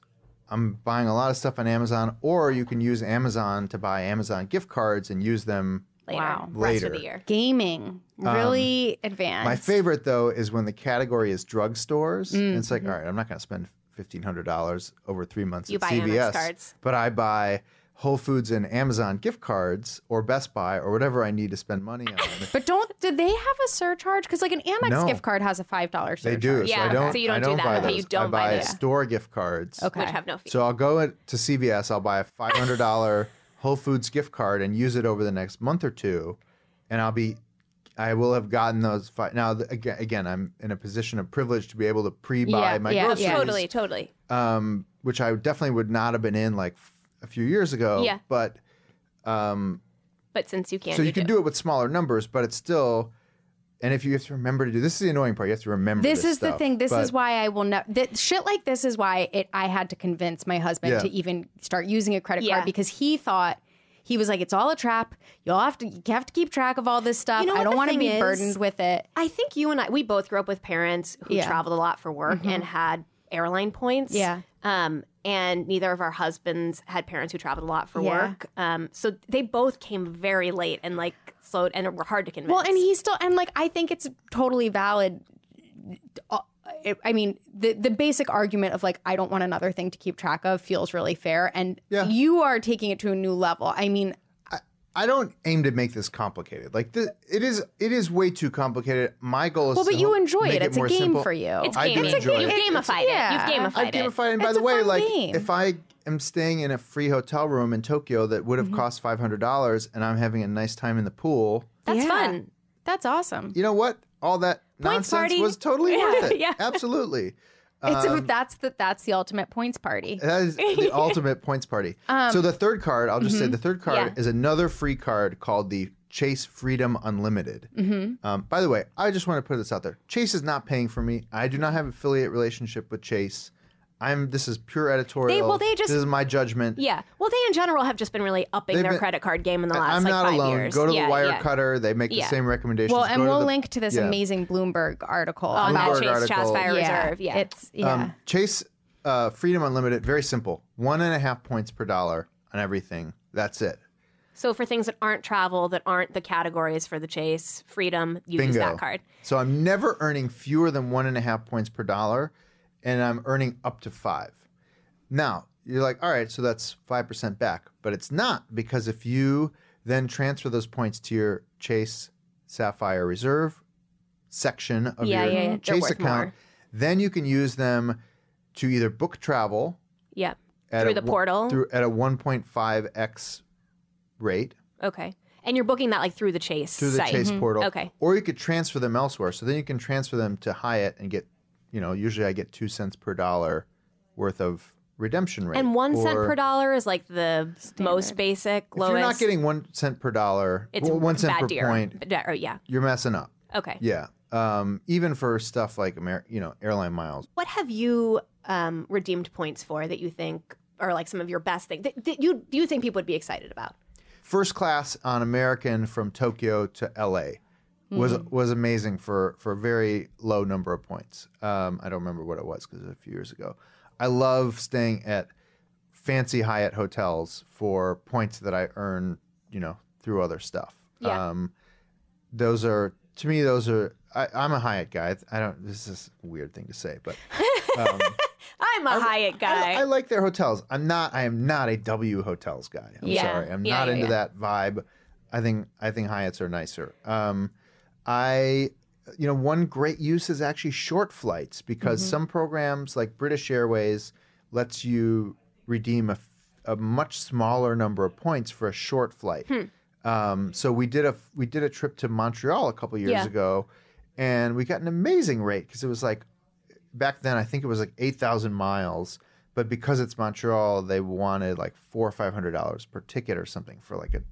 E: I'm buying a lot of stuff on Amazon, or you can use Amazon to buy Amazon gift cards and use them
D: later.
C: Wow.
D: Rest of
E: Later.
D: the year.
C: Gaming, really advanced.
E: um, My favorite though is when the category is drugstores.
D: Mm,
E: And it's like, all right, I'm not going to spend fifteen hundred dollars over three months
D: mm-hmm. You
E: at
D: buy Amex
E: CVS,
D: cards.
E: but I buy Whole Foods and Amazon gift cards or Best Buy or whatever I need to spend money on.
C: But don't do they have a surcharge? Because like an Amex
E: No.
C: gift card has a five dollar
E: they
C: surcharge.
E: do. so
D: Yeah,
E: I don't.
D: so you don't
E: I
D: do
E: don't
D: that.
E: Buy
D: Okay,
E: those.
D: you don't
E: I
D: buy
E: buy
D: that.
E: store gift cards.
C: Okay.
D: Which have no fees.
E: So I'll go at, to CVS. I'll buy a five hundred dollar Whole Foods gift card and use it over the next month or two, and I'll be, I will have gotten those five. Now th- aga- again, I'm in a position of privilege to be able to pre-buy
C: Yeah,
E: my
C: yeah,
E: groceries,
C: yeah.
D: Totally, totally.
E: um, which I definitely would not have been in like f- a few years ago.
D: Yeah.
E: But um,
D: But since you can't,
E: so you can do it with smaller numbers, but it's still. And if you have to remember to do this is the annoying part. You have to remember. This,
C: This, is the
E: stuff,
C: thing. This
E: but-
C: is why I will not. That shit like this is why it. I had to convince my husband
E: Yeah.
C: to even start using a credit
D: Yeah.
C: card because he thought he was like, "It's all a trap. You'll have to. You have to keep track of all this stuff.
D: know
C: I
D: what
C: don't
D: the
C: want to
D: thing
C: be
D: is?
C: burdened with it."
D: I think you and I, we both grew up with parents who
C: Yeah.
D: traveled a lot for work and had airline points.
C: Yeah.
D: Um, and neither of our husbands had parents who traveled a lot for
C: Yeah.
D: work. Um, so they both came very late and like slowed and were hard to convince.
C: Well, and he still and like I think it's totally valid. Uh, it- I mean, the the basic argument of like I don't want another thing to keep track of feels really fair, and
E: Yeah.
C: you are taking it to a new level. I mean,
E: I don't aim to make this complicated. Like the, it is, it is way too complicated. My goal is.
C: well, but
E: to
C: you
E: help
C: enjoy
E: make
C: it. It's a
E: more
C: game
E: simple.
C: for you.
D: it's
E: I do
D: gaming.
E: enjoy
D: You've
E: it.
D: gamified
C: Yeah.
D: it. You've
E: I've
D: gamified it.
E: gamified it. And by
C: It's
E: the
C: a
E: way,
C: fun
E: like
C: game.
E: if I am staying in a free hotel room in Tokyo that would have
C: Mm-hmm.
E: cost five hundred dollars, and I'm having a nice time in the pool,
D: That's
C: Yeah.
D: fun.
C: That's awesome.
E: you know what? All that nonsense
D: party.
E: was totally worth it.
D: Yeah.
E: Absolutely.
C: It's
E: Um,
C: a, that's the that's the ultimate points party.
E: That is the ultimate points party. so the third card, I'll just say the third card
D: Um, mm-hmm. Yeah.
E: is another free card called the Chase Freedom Unlimited.
D: Mm-hmm.
E: Um, by the way, I just want to put this out there: Chase is not paying for me. I do not have affiliate relationship with Chase. I'm. This is pure editorial.
D: well, they just-
E: this is my judgment.
D: Yeah. Well, they in general have just been really upping
E: They've
D: their
E: been-
D: credit card game in the last
E: I'm
D: like
E: not
D: five
E: alone.
D: years.
E: Go to
D: yeah,
E: the wire
D: yeah.
E: cutter. They make
D: Yeah.
E: the same recommendations.
C: Well,
E: Go
C: and
E: to
C: we'll
E: the-
C: link to this
E: yeah.
C: amazing Bloomberg article
D: on
C: about
D: that
E: Bloomberg
D: Oh, Chase
E: article.
D: Chasfire
C: yeah,
D: Reserve. Yeah.
C: It's yeah.
E: Um, Chase uh, Freedom Unlimited. Very simple. One and a half points per dollar on everything. That's it.
D: So for things that aren't travel, that aren't the categories for the Chase Freedom, you use
E: Bingo.
D: that card.
E: So I'm never earning fewer than one and a half points per dollar, and I'm earning up to five. Now, you're like, all right, so that's 5% back. But it's not because if you then transfer those points to your Chase Sapphire Reserve section of
D: Yeah,
E: your
D: yeah, yeah. They're
E: Chase
D: worth
E: account,
D: more.
E: then you can use them to either book travel
D: Yeah.
E: at
D: Through
E: a
D: the
E: one-
D: portal.
E: through, at a 1.5x rate
D: Okay. And you're booking that like through the Chase
E: through the
D: site. Mm-hmm.
E: Chase portal.
D: Okay.
E: Or you could transfer them elsewhere. So then you can transfer them to Hyatt and get, you know, usually I get two cents per dollar worth of redemption rate.
D: And one cent
E: Or
D: per dollar is like the most basic,
E: If
D: lowest.
E: you're not getting one cent per dollar,
D: it's
E: well, one cent
D: bad
E: per
D: deer.
E: point,
D: But that- or, yeah.
E: you're messing up.
D: Okay.
E: Yeah. Um, even for stuff like Amer- you know, airline miles.
D: What have you um, redeemed points for that you think are like some of your best things that, that you do you think people would be excited about?
E: First class on American from Tokyo to LA was was amazing for for a very low number of points. Um, I don't remember what it was because it was a few years ago. I love staying at fancy Hyatt hotels for points that I earn, you know, through other stuff.
D: Yeah.
E: Um, those are to me. Those are. I, I'm a Hyatt guy. I don't. This is a weird thing to say, but um,
D: I'm a Hyatt guy.
E: I, I like their hotels. I'm not. I am not a W hotels guy. I'm
D: Yeah.
E: sorry. I'm
D: Yeah,
E: not
D: yeah,
E: into
D: yeah.
E: that vibe. I think I think Hyatts are nicer. Um, I, you know, one great use is actually short flights because
D: Mm-hmm.
E: some programs like British Airways lets you redeem a, f- a much smaller number of points for a short flight.
D: Hmm.
E: Um, so we did a we did a trip to Montreal a couple years
D: Yeah.
E: ago, and we got an amazing rate because it was like back then I think it was like eight thousand miles, but because it's Montreal, they wanted like four or five hundred dollars per ticket or something for like an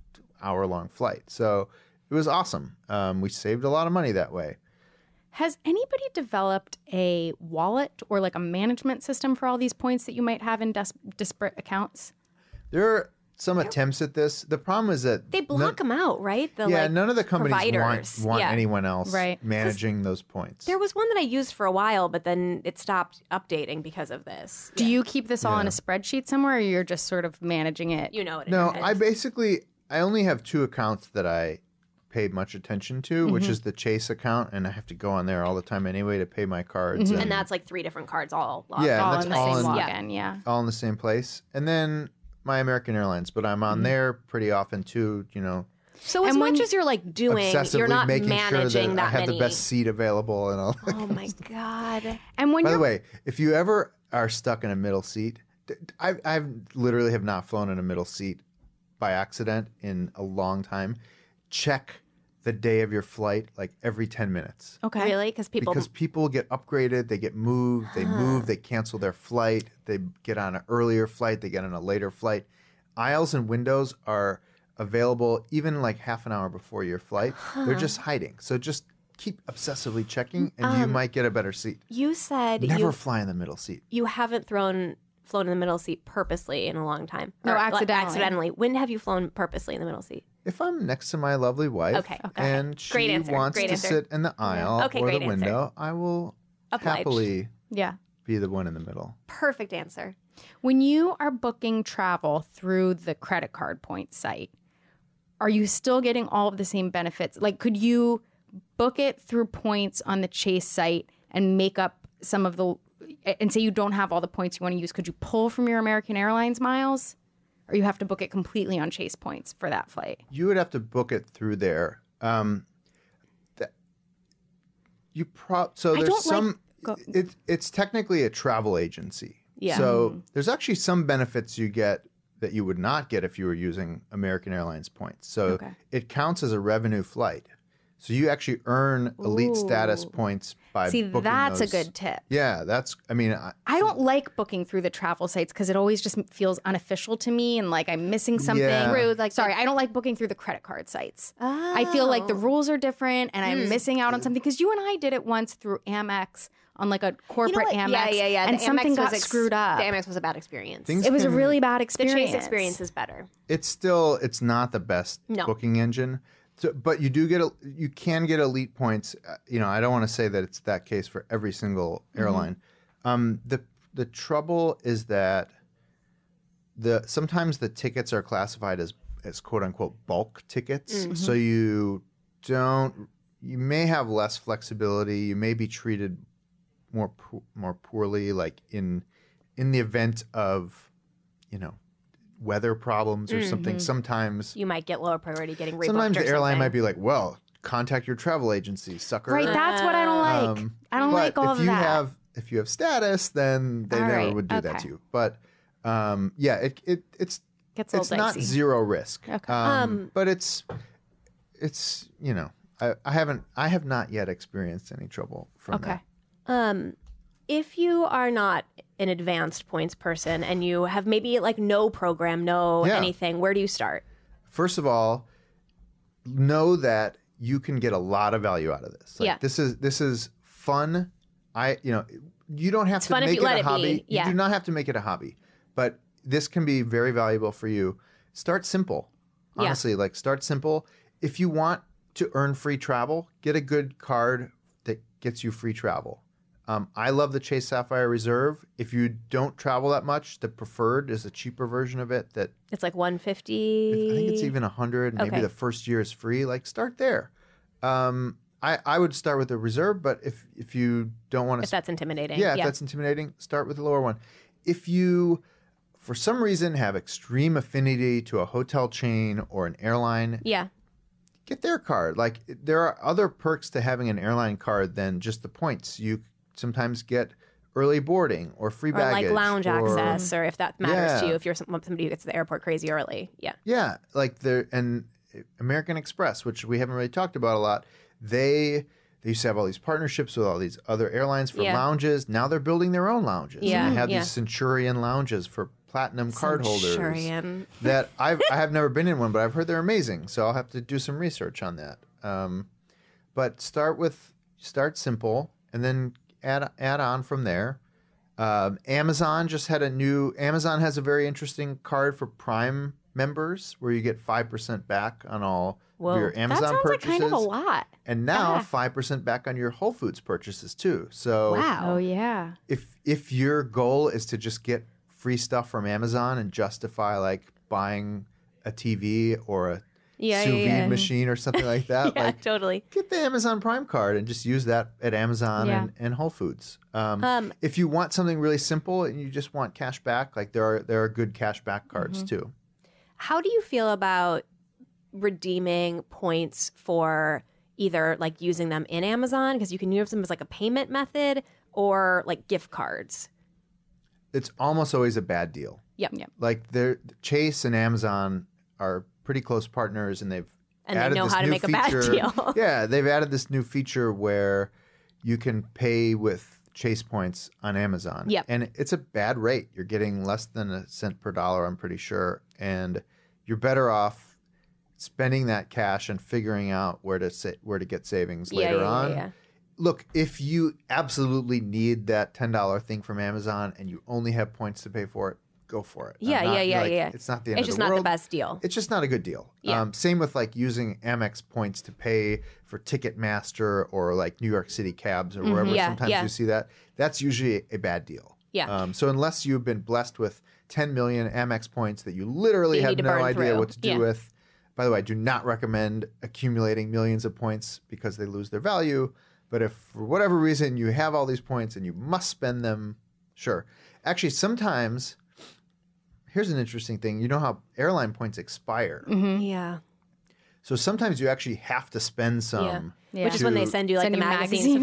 E: hour long flight. So it was awesome. Um, we saved a lot of money that way.
C: Has anybody developed a wallet or like a management system for all these points that you might have in des- disparate accounts?
E: There are some attempts at this. The problem is that
D: they block them out, right? The
E: yeah,
D: like,
E: none of the companies
D: providers.
E: want want
D: yeah.
E: anyone else
C: Right. 'Cause
E: managing those points.
D: There was one that I used for a while, but then it stopped updating because of this.
C: Do you keep this all in a spreadsheet somewhere, or you're just sort of managing it?
D: You know it. in
E: no,
D: your head.
E: I basically I only have two accounts that I pay much attention to, which
D: Mm-hmm.
E: is the Chase account, and I have to go on there all the time anyway to pay my cards.
D: Mm-hmm. And that's like three different cards all logged.
E: Yeah,
C: all
E: that's
C: in the
E: all
C: same
E: in-
C: login. Yeah.
E: all in the same place. And then my American Airlines, but I'm
D: Mm-hmm.
E: on there pretty often too. You know,
D: So as
C: And
D: much
C: when-
D: as you're like doing,
E: obsessively
D: you're not
E: making
D: managing
E: sure that,
D: that
E: I have
D: many.
E: the best seat available and all.
D: Oh my god.
C: And when
E: By the
C: you're
E: way, if you ever are stuck in a middle seat, d- d- I I literally have not flown in a middle seat by accident in a long time. Check the day of your flight like every 10 minutes.
C: okay,
D: Really? Because people
E: Because people get upgraded, they get moved, they move, they cancel their flight, they get on an earlier flight, they get on a later flight. Aisles and windows are available even like half an hour before your flight. They're just hiding. So just keep obsessively checking and you might get a better seat.
D: you said
E: Never
D: um, you,
E: fly in the middle seat.
D: you haven't thrown flown in the middle seat purposely in a long time.
C: No,
D: Or, like,
C: accidentally.
D: accidentally. When have you flown purposely in the middle seat?
E: If I'm next to my lovely wife
D: Okay, okay.
E: and she
D: Great answer,
E: wants
D: great
E: to
D: answer. Mm-hmm.
E: sit in the aisle
D: Okay,
E: or the
D: great answer.
E: window, I will
D: Obliged.
E: happily
C: yeah.
E: be the one in the middle.
D: Perfect answer.
C: When you are booking travel through the credit card point site, are you still getting all of the same benefits? Like, could you book it through points on the Chase site and make up some of the, and say you don't have all the points you want to use? Could you pull from your American Airlines miles? Or you have to book it completely on Chase points for that flight?
E: You would have to book it through there. Um, that you prop so
C: I
E: there's
C: don't like-
E: some.
C: go-
E: it, it's technically a travel agency.
D: Yeah.
C: Hmm.
E: So there's actually some benefits you get that you would not get if you were using American Airlines points. So
C: Okay.
E: it counts as a revenue flight. So you actually earn elite status
C: Ooh.
E: points by
C: See,
E: booking
C: that's
E: those.
C: a good tip.
E: Yeah, that's. I mean, I,
C: I don't like booking through the travel sites because it always just feels unofficial to me and like I'm missing something.
E: Yeah.
C: Through, like, sorry, I don't like booking through the credit card sites. I feel like
D: Oh.
C: the rules are different and
E: Hmm.
C: I'm missing out on something because you and I did it once through Amex on like a corporate
D: You know what?
C: Amex.
D: Yeah, yeah, yeah.
C: And
D: The
C: something
D: Amex
C: got
D: was ex-
C: screwed up.
D: The Amex was a bad experience.
E: things
C: it was a
E: can-
C: really bad
D: the
C: experience.
D: Chase experience is better.
E: It's still. It's not the best
D: No.
E: booking engine, so, but you do get. A, you can get elite points. Uh, You know, I don't want to say that it's that case for every single airline. Um, the the trouble is that the sometimes the tickets are classified as as quote unquote bulk tickets, so you don't. You may have less flexibility. You may be treated more po- more poorly, like in in the event of you know weather problems or
C: Mm-hmm.
E: something. Sometimes
D: You might get lower priority getting rebooked.
E: sometimes
D: or
E: the airline
D: something.
E: might be like, well, contact your travel agency, sucker.
C: Right, that's what I don't like.
E: Um,
C: I don't
E: but
C: like all
E: if
C: of
E: you
C: that.
E: have if you have status, then they
C: All
E: never
C: right,
E: would do that
C: okay.
E: to you. But um, yeah, it, it it's
C: Gets a
E: it's
C: little
E: not
C: dicey.
E: zero risk.
C: Okay.
E: Um, but it's it's you know I, I haven't I have not yet experienced any trouble from
C: okay.
E: that.
D: Um, if you are not an advanced points person and you have maybe like no program, no
E: Yeah.
D: anything, where do you start?
E: first of all, know that you can get a lot of value out of this. Like,
D: Yeah.
E: This is this is fun. I you know you don't have to
D: fun if
E: make
D: you
E: it
D: let
E: a
D: it be.
E: hobby.
D: Yeah.
E: You do not have to make it a hobby, but this can be very valuable for you. Start simple.
D: Yeah.
E: Honestly, like start simple. If you want to earn free travel, get a good card that gets you free travel. Um, I love the Chase Sapphire Reserve. If you don't travel that much, the preferred is a cheaper version of it that
D: It's like
E: I
D: 150.
E: think it's even 100. Maybe
D: Okay.
E: the first year is free. Like start there. Um, I, I would start with the reserve, but if if you don't want
D: if
E: to,
D: that's intimidating.
E: yeah, if that's intimidating, start with the lower one. If you, for some reason, have extreme affinity to a hotel chain or an airline,
D: yeah.
E: get their card. Like there are other perks to having an airline card than just the points. You sometimes get early boarding or free
D: Or
E: baggage
D: like lounge
E: or-
D: access, or if that matters to
E: Yeah.
D: you, if you're some- somebody who gets to the airport crazy early. Yeah.
E: Yeah, like there and American Express, which we haven't really talked about a lot. They they used to have all these partnerships with all these other airlines for
D: Yeah.
E: lounges. Now they're building their own lounges.
D: Yeah,
E: and they have
D: yeah.
E: these Centurion lounges for platinum card holders.
D: Centurion.
E: That I've I have never been in one, but I've heard they're amazing. So I'll have to do some research on that. Um, but start with start simple and then add add on from there. Um, Amazon just had a new. Amazon has a very interesting card for Prime members where you get five percent back on all
D: Whoa.
E: of your
D: That
C: That
E: Amazon
C: sounds like
E: purchases,
C: kind of a lot.
E: and now five percent back on your Whole Foods purchases too. So
C: Oh, yeah.
E: if if your goal is to just get free stuff from Amazon and justify like buying a TV or a
C: Yeah,
E: sous vide
C: yeah, yeah.
E: machine or something like that.
D: yeah,
E: like
D: totally.
E: get the Amazon Prime card and just use that at Amazon
C: Yeah. Uh,
E: and, and Whole Foods. Um,
D: Um,
E: if you want something really simple and you just want cash back, like there are there are good cash back cards
C: Mm-hmm.
E: too.
D: How do you feel about redeeming points for either like using them in Amazon because you can use them as like a payment method or like gift cards?
E: It's almost always a bad deal.
D: Yep.
C: Yep.
E: Like they're Chase and Amazon are pretty close partners, and they've
D: And they
E: added
D: know
E: this
D: how to
E: new
D: make a bad
E: feature-
D: deal.
E: yeah, they've added this new feature where you can pay with Chase points on Amazon.
D: Yep.
E: And it's a bad rate. You're getting less than a cent per dollar, I'm pretty sure. And you're better off spending that cash and figuring out where to sa- where to get savings later on. Look, if you absolutely need that $10 thing from Amazon and you only have points to pay for it, go for it. I'm
D: Yeah, yeah,
E: not-
D: yeah,
E: like,
D: yeah.
E: It's not the end
D: It's
E: of
D: just
E: the
D: not
E: world
D: the best deal.
E: it's just not a good deal.
D: Yeah.
E: Um, same with like using Amex points to pay for Ticketmaster or like New York City cabs or wherever.
D: Mm-hmm. Yeah,
E: Sometimes
D: yeah.
E: you see that. That's usually a bad deal.
D: Yeah.
E: Um, so unless you've been blessed with 10 million Amex points that you literally
D: You
E: have
D: need to
E: no
D: burn
E: idea
D: through.
E: what to do
D: Yeah.
E: with. By the way, I do not recommend accumulating millions of points because they lose their value. But if for whatever reason you have all these points and you must spend them, sure. Actually, sometimes here's an interesting thing. You know how airline points expire.
C: Mm-hmm.
D: Yeah.
E: So sometimes you actually have to spend some.
C: Yeah.
D: Which is when they
E: To-
D: send you like
C: Send
D: the
C: you
D: magazine,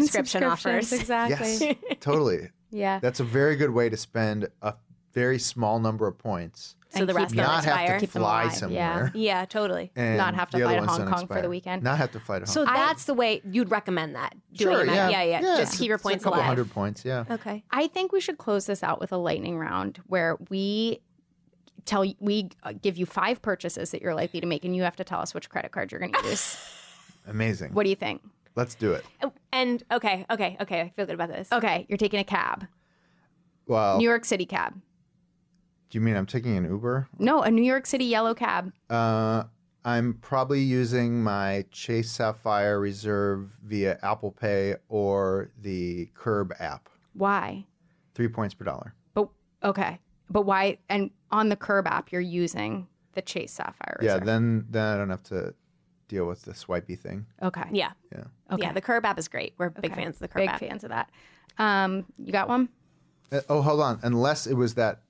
D: subscription
C: subscriptions,
D: offers.
C: Exactly.
E: Yes, totally.
C: Yeah.
E: That's a very good way to spend a very small number of points,
D: So the
C: And
D: rest
C: keep
D: don't
E: not
D: expire.
E: have to
C: Keep them
E: fly
C: alive,
E: somewhere,
D: yeah, totally.
E: and
C: Not have to
E: the
C: fly
E: other
C: to
E: ones
C: Hong
E: don't
C: Kong for the
E: expire.
C: weekend.
E: Not have to fly to Hong
D: So
E: Kong.
D: that's the way you'd recommend that. Doing
E: sure,
D: it.
E: yeah.
D: yeah, yeah, Just
E: it's-
D: keep your
E: it's
D: points
E: a couple
D: alive.
E: hundred points, yeah.
D: Okay.
C: I think we should close this out with a lightning round where we tell y- we uh, give you five purchases that you're likely to make and you have to tell us which credit card you're going to use.
E: Amazing.
C: what do you think?
E: Let's do it.
D: And okay, okay, okay. I feel good about this. Oh.
C: Okay, you're taking a cab.
E: Well,
C: New York City cab.
E: do you mean I'm taking an Uber?
C: No, a New York City yellow cab.
E: Uh, I'm probably using my Chase Sapphire Reserve via Apple Pay or the Curb app.
C: Why?
E: Three points per dollar.
C: But okay. But why and on the curb app you're using the Chase Sapphire
E: Yeah,
C: Reserve.
E: then then I don't have to deal with the swipey thing.
C: okay.
D: Yeah.
E: Yeah.
C: Okay.
D: Yeah, the Curb app is great. We're big
C: Okay.
D: fans of the Curb
C: Big
D: app.
C: fans of that. Um, you got one?
E: Uh, oh, hold on. Unless it was that,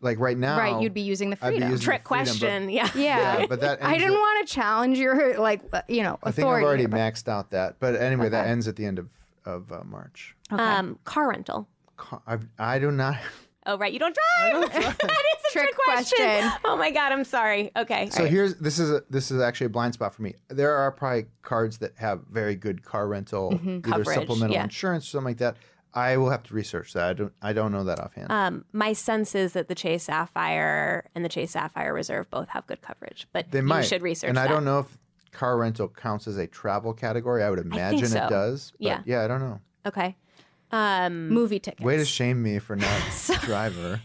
E: like right now,
C: right, you'd be using the
E: I'd be
C: Frito.
E: using-
D: Trick
E: Freedom, but-
D: question. Yeah.
C: yeah.
E: Yeah, but that
C: I
E: ends
C: didn't
E: up-
C: want to challenge your like uh, you know
E: I think I've
C: authority.
E: already
C: but-
E: maxed out that. But anyway, that ends at the end of of uh, March.
D: Um, car rental.
E: Car- I've, I do not.
D: Oh, right. You don't drive. that is a
C: Trick
D: trick, question.
C: question.
D: Oh my God. I'm sorry. Okay.
E: So here's this is a, this is actually a blind spot for me. There are probably cards that have very good car rental, either
D: Mm-hmm. Coverage,
E: supplemental
D: yeah.
E: insurance or something like that. I will have to research that. I don't I don't know that offhand.
D: um, my sense is that the Chase Sapphire and the Chase Sapphire Reserve both have good coverage, but
E: they
D: you
E: might
D: should research
E: And
D: that.
E: I don't know if car rental counts as a travel category. I would imagine
D: so.
E: it does. But
D: Yeah.
E: Yeah, I don't know.
D: Okay. Um,
C: movie tickets.
E: Way to shame me for not a driver.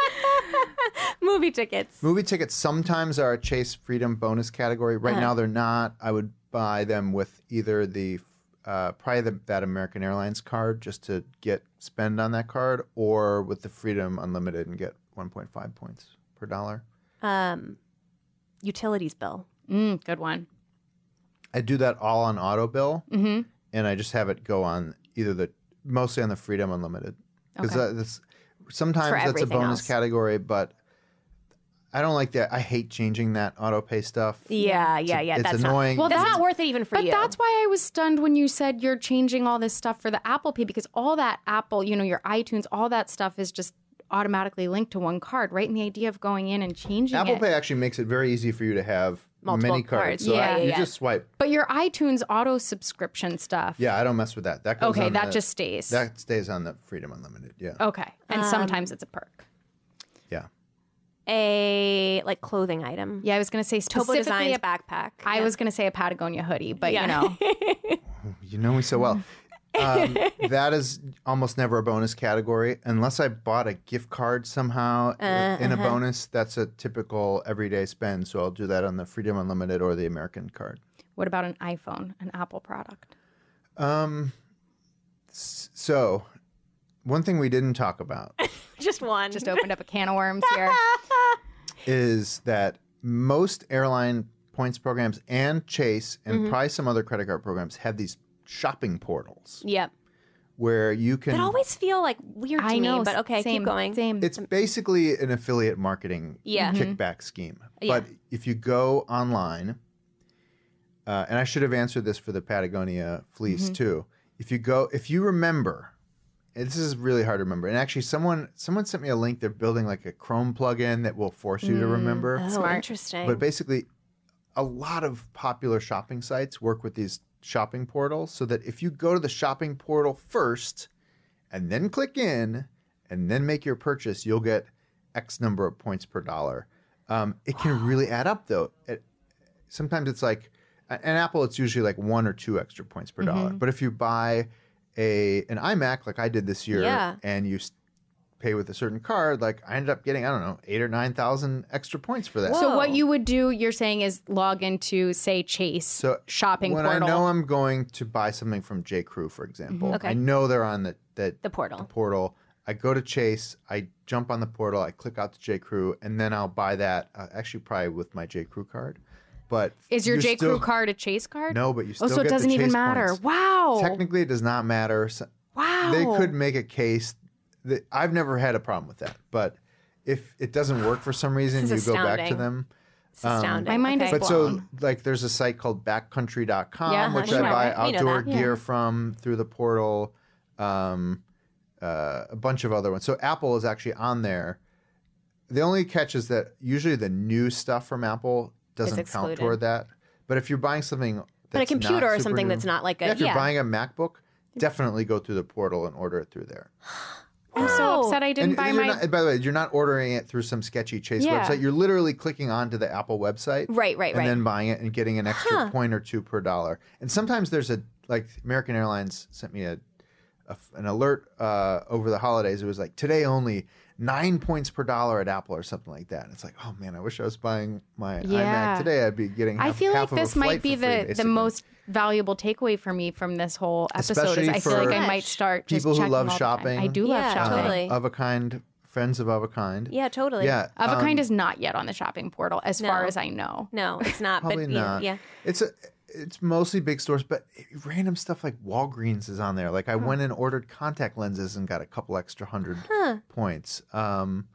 D: movie tickets.
E: Movie tickets sometimes are a Chase Freedom bonus category.
D: Uh-huh.
E: Right now they're not. I would buy them with either the uh, probably the, that American Airlines card just to get spend on that card, or with the Freedom Unlimited and get 1.5 points per dollar.
D: Um, utilities bill.
C: mm, good one. Mm-hmm.
E: I do that all on auto bill, and I just have it go on either the mostly on the Freedom Unlimited because sometimes
D: For
E: that's a
D: everything
E: bonus
D: else.
E: category, but I don't like that. I hate changing that auto pay stuff.
D: Yeah, yeah, yeah.
E: it's
D: that's
E: annoying.
D: Not, well, that's, not worth it even for
C: But
D: you.
C: that's why I was stunned when you said you're changing all this stuff for the Apple Pay because all that Apple, you know, your iTunes, all that stuff is just automatically linked to one card, right? And the idea of going in and changing
E: Apple
C: it.
E: Pay actually makes it very easy for you to have
D: Multiple
E: many cards.
D: cards.
E: So
C: Yeah,
E: I, you
D: yeah.
E: just swipe.
C: But your iTunes auto subscription stuff.
E: Yeah, I don't mess with that. That goes
C: Okay,
E: on
C: that
E: the-
C: just Oh. stays.
E: that stays on the Freedom Unlimited. Yeah,
C: okay. And
D: Um,
C: sometimes it's a perk.
E: yeah.
D: a like clothing item.
C: Yeah, I was going to say
D: Topo
C: specifically
D: Designs
C: a
D: backpack.
C: I was going to say a Patagonia hoodie, but
D: Yeah.
C: you know.
E: You know me so well. Um, that is almost never a bonus category unless I bought a gift card somehow uh,
C: Uh,
E: in
C: uh-huh.
E: a bonus. That's a typical everyday spend. So I'll do that on the Freedom Unlimited or the American card.
C: What about an iPhone, an Apple product?
E: Um, s- so one thing we didn't talk about
D: just one.
C: Just opened up a can of worms here.
E: is that most airline points programs and Chase and
D: Mm-hmm.
E: probably some other credit card programs have these shopping portals
C: Yep.
E: where you can.
D: That always feel like weird to
C: I know.
D: me, but okay,
C: same,
D: keep going.
C: Same.
E: It's basically an affiliate marketing
D: Yeah. Mm-hmm.
E: kickback scheme.
D: Yeah.
E: But if you go online, uh, and I should have answered this for the Patagonia fleece
D: Mm-hmm.
E: too. If you go, if you remember, and this is really hard to remember. And actually, someone someone sent me a link. They're building like a Chrome plugin that will force you to remember.
D: Oh, interesting.
E: But basically, a lot of popular shopping sites work with these shopping portals so that if you go to the shopping portal first and then click in and then make your purchase, you'll get X number of points per dollar. Um, it can really add up though. It, sometimes it's like an Apple, it's usually like one or two extra points per dollar.
D: Mm-hmm.
E: But if you buy a an iMac like I did this year
D: Yeah.
E: and you s- pay with a certain card, like I ended up getting, I don't know, eight or 9,000 extra points for that.
C: So what
D: Whoa.
C: you would do, you're saying, is log into say Chase
E: So
C: shopping
E: when
C: portal. Mm-hmm.
E: I know I'm going to buy something from J. Crew, for example,
D: Okay.
E: I know they're on the that
D: The portal.
E: The portal. I go to Chase. I jump on the portal. I click out to J. Crew, and then I'll buy that. Uh, actually, probably with my J. Crew card. But
C: is your
E: you
C: J
E: still-
C: Crew card a Chase card?
E: No, but you still
C: Oh, so
E: get
C: it
E: the
C: doesn't even
E: Chase
C: matter.
E: points.
C: Wow.
E: Technically, it does not matter. So
C: wow.
E: They could make a case. That, I've never had a problem with that, but if it doesn't work for some reason, you
D: This is
E: go back to
D: astounding.
E: them.
D: It's astounding.
C: my mind is
E: um, But so,
C: blown.
E: like, there's a site called backcountry.com,
D: Yeah,
E: which
D: we
E: I
D: know,
E: buy
D: right? We know
E: outdoor
D: that.
E: gear from through the portal, um, uh, a bunch of other ones. So, Apple is actually on there. The only catch is that usually the new stuff from Apple doesn't count
D: excluded.
E: toward that. But if you're buying something, that's
D: But a computer
E: not
D: or
E: super
D: something
E: new-
D: that's not like a-
E: yeah, if you're
D: yeah.
E: buying a MacBook, definitely go through the portal and order it through there.
C: I'm
D: Oh.
C: so upset I didn't
E: And
C: buy
E: you're
C: my.
E: not- and by the way, you're not ordering it through some sketchy Chase
C: Yeah.
E: website. You're literally clicking onto the Apple website,
D: Right, right,
E: and
D: right.
E: then buying it and getting an extra point or two per dollar. And sometimes there's a like American Airlines sent me a, a- an alert uh, over the holidays. It was like today only nine points per dollar at Apple or something like that. And it's like, oh man, I wish I was buying my
C: Yeah.
E: iMac today. I'd be getting. Half,
C: I feel like
E: half of a
C: this
E: flight
C: might be
E: for free,
C: the the
E: basically.
C: most valuable takeaway for me from this whole episode.
E: Especially
C: is I feel like
E: for
C: I might start just
E: people who
C: checking
E: love
C: all the time.
E: shopping.
C: I do love
D: Yeah,
C: shopping.
D: totally.
E: Uh, of a kind friends of of a kind.
D: yeah, totally.
E: Yeah,
C: Of a
E: um,
C: kind is not yet on the shopping portal, as far as I know.
D: No, it's not.
E: Probably
D: but you know,
E: not.
D: yeah.
E: It's a, it's mostly big stores, but random stuff like Walgreens is on there. Like I went and ordered contact lenses and got a couple extra hundred points. Um,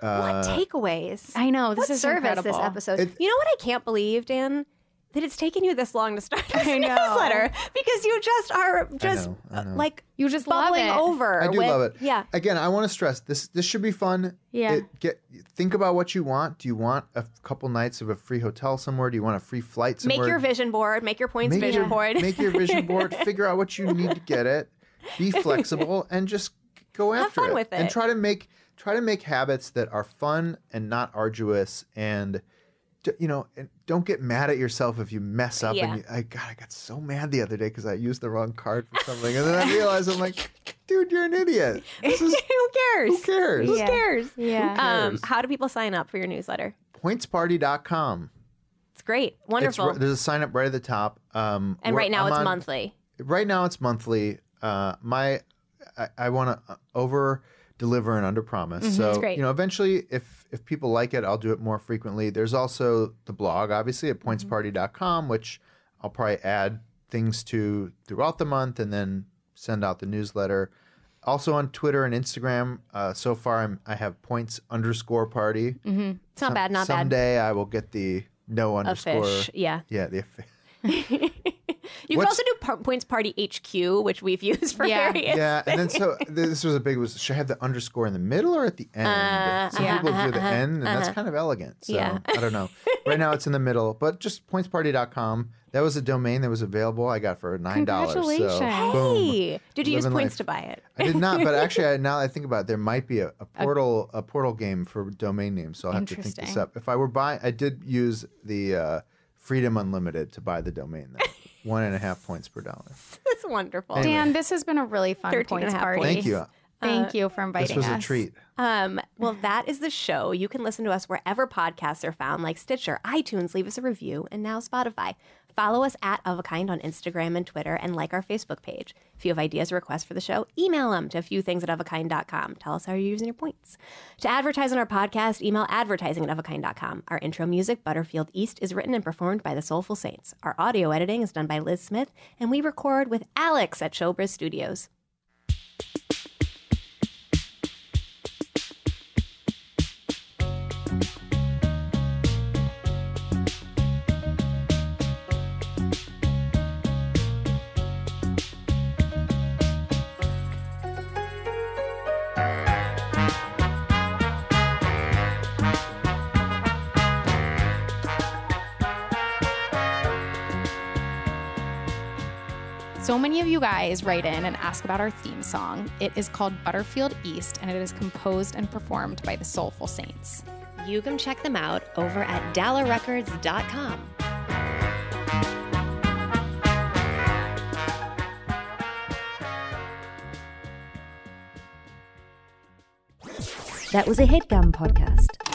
E: uh,
D: what takeaways?
C: I know this
D: what
C: is
D: service
C: incredible.
D: this episode?
E: It-
D: you know what I can't believe, Dan? That it's taken you this long to start this
C: I know.
D: newsletter because you just are just
E: know, I
D: uh,
E: know.
D: like
C: You just love
D: bubbling
C: it.
D: over.
E: I do
D: with-
E: love it.
D: Yeah,
E: Again, I want to stress this. This should be fun.
C: Yeah.
E: It, get think about what you want. Do you want a couple nights of a free hotel somewhere? Do you want a free flight
D: make
E: somewhere?
D: your vision board. Make your points
E: Make
D: vision
E: your-
D: board.
E: Make your vision board. Figure out what you need to get it. Be flexible and just go
D: Have
E: after
D: fun
E: it.
D: with
E: And
D: it.
E: try to make try to make habits that are fun and not arduous and d- you know and don't get mad at yourself if you mess up
D: Yeah.
E: and you, I God I got so mad the other day because I used the wrong card for something and then I realized I'm like dude you're an idiot this is
D: who cares?
E: who cares
D: Who cares?
C: Yeah.
D: Um,
E: cares?
D: how do people sign up for your newsletter?
E: pointsparty.com
D: It's great,
E: it's,
D: wonderful.
E: ri- there's a sign up right at the top um,
D: and
E: we're-
D: right now
E: I'm
D: it's
E: on-
D: monthly.
E: right now it's monthly. Uh, my I, I want to over deliver and under promise.
D: Mm-hmm,
E: so
C: great.
E: you know, eventually, if if people like it, I'll do it more frequently. There's also the blog, obviously
D: Mm-hmm.
E: at pointsparty.com, which I'll probably add things to throughout the month, and then send out the newsletter. Also on Twitter and Instagram. Uh, so far, I'm I have points underscore party.
C: Mm-hmm.
D: It's not bad, not bad.
E: Someday I will get the no
D: A
E: underscore.
D: fish, yeah.
E: Yeah, the affi-
D: You
E: What's-
D: could also do par- points party HQ, which we've used for
C: Yeah.
D: various.
E: Yeah, and then so this was a big was should I have the underscore in the middle or at the end?
C: Uh,
E: Some people do the end, and that's kind of elegant. So
D: Yeah.
E: I don't know. Right now it's in the middle, but just pointsparty.com. That was a domain that was available. I got for nine dollars. So
C: Congratulations.
E: boom.
D: Hey, did you use
E: Living
D: points
E: life.
D: to buy it?
E: I did not, but actually, I, now that I think about it, there might be a, a portal a portal game for domain names. So I'll have to think this
C: Interesting.
E: up. If I were buying, I did use the uh, Freedom Unlimited to buy the domain. Though. One and a half points per dollar.
D: That's wonderful.
C: Dan, this has been a really fun
D: 13 and
C: points
D: a half
C: party.
D: points. Uh,
E: Thank you.
C: Thank you for inviting
E: This was
C: us.
E: a treat.
D: Um, well, that is the show. You can listen to us wherever podcasts are found, like Stitcher, iTunes, leave us a review, and now Spotify. Follow us at Of a Kind on Instagram and Twitter and like our Facebook page. If you have ideas or requests for the show, email them to a few things at ofakind.com. Tell us how you're using your points. To advertise on our podcast, email advertising at ofakind.com. Our intro music, Butterfield East, is written and performed by the Soulful Saints. Our audio editing is done by Liz Smith, and we record with Alex at Showbiz Studios.
C: So many of you guys write in and ask about our theme song. It is called Butterfield East, and it is composed and performed by the Soulful Saints.
F: You can check them out over at DallaRecords.com.
B: That was a headgum podcast.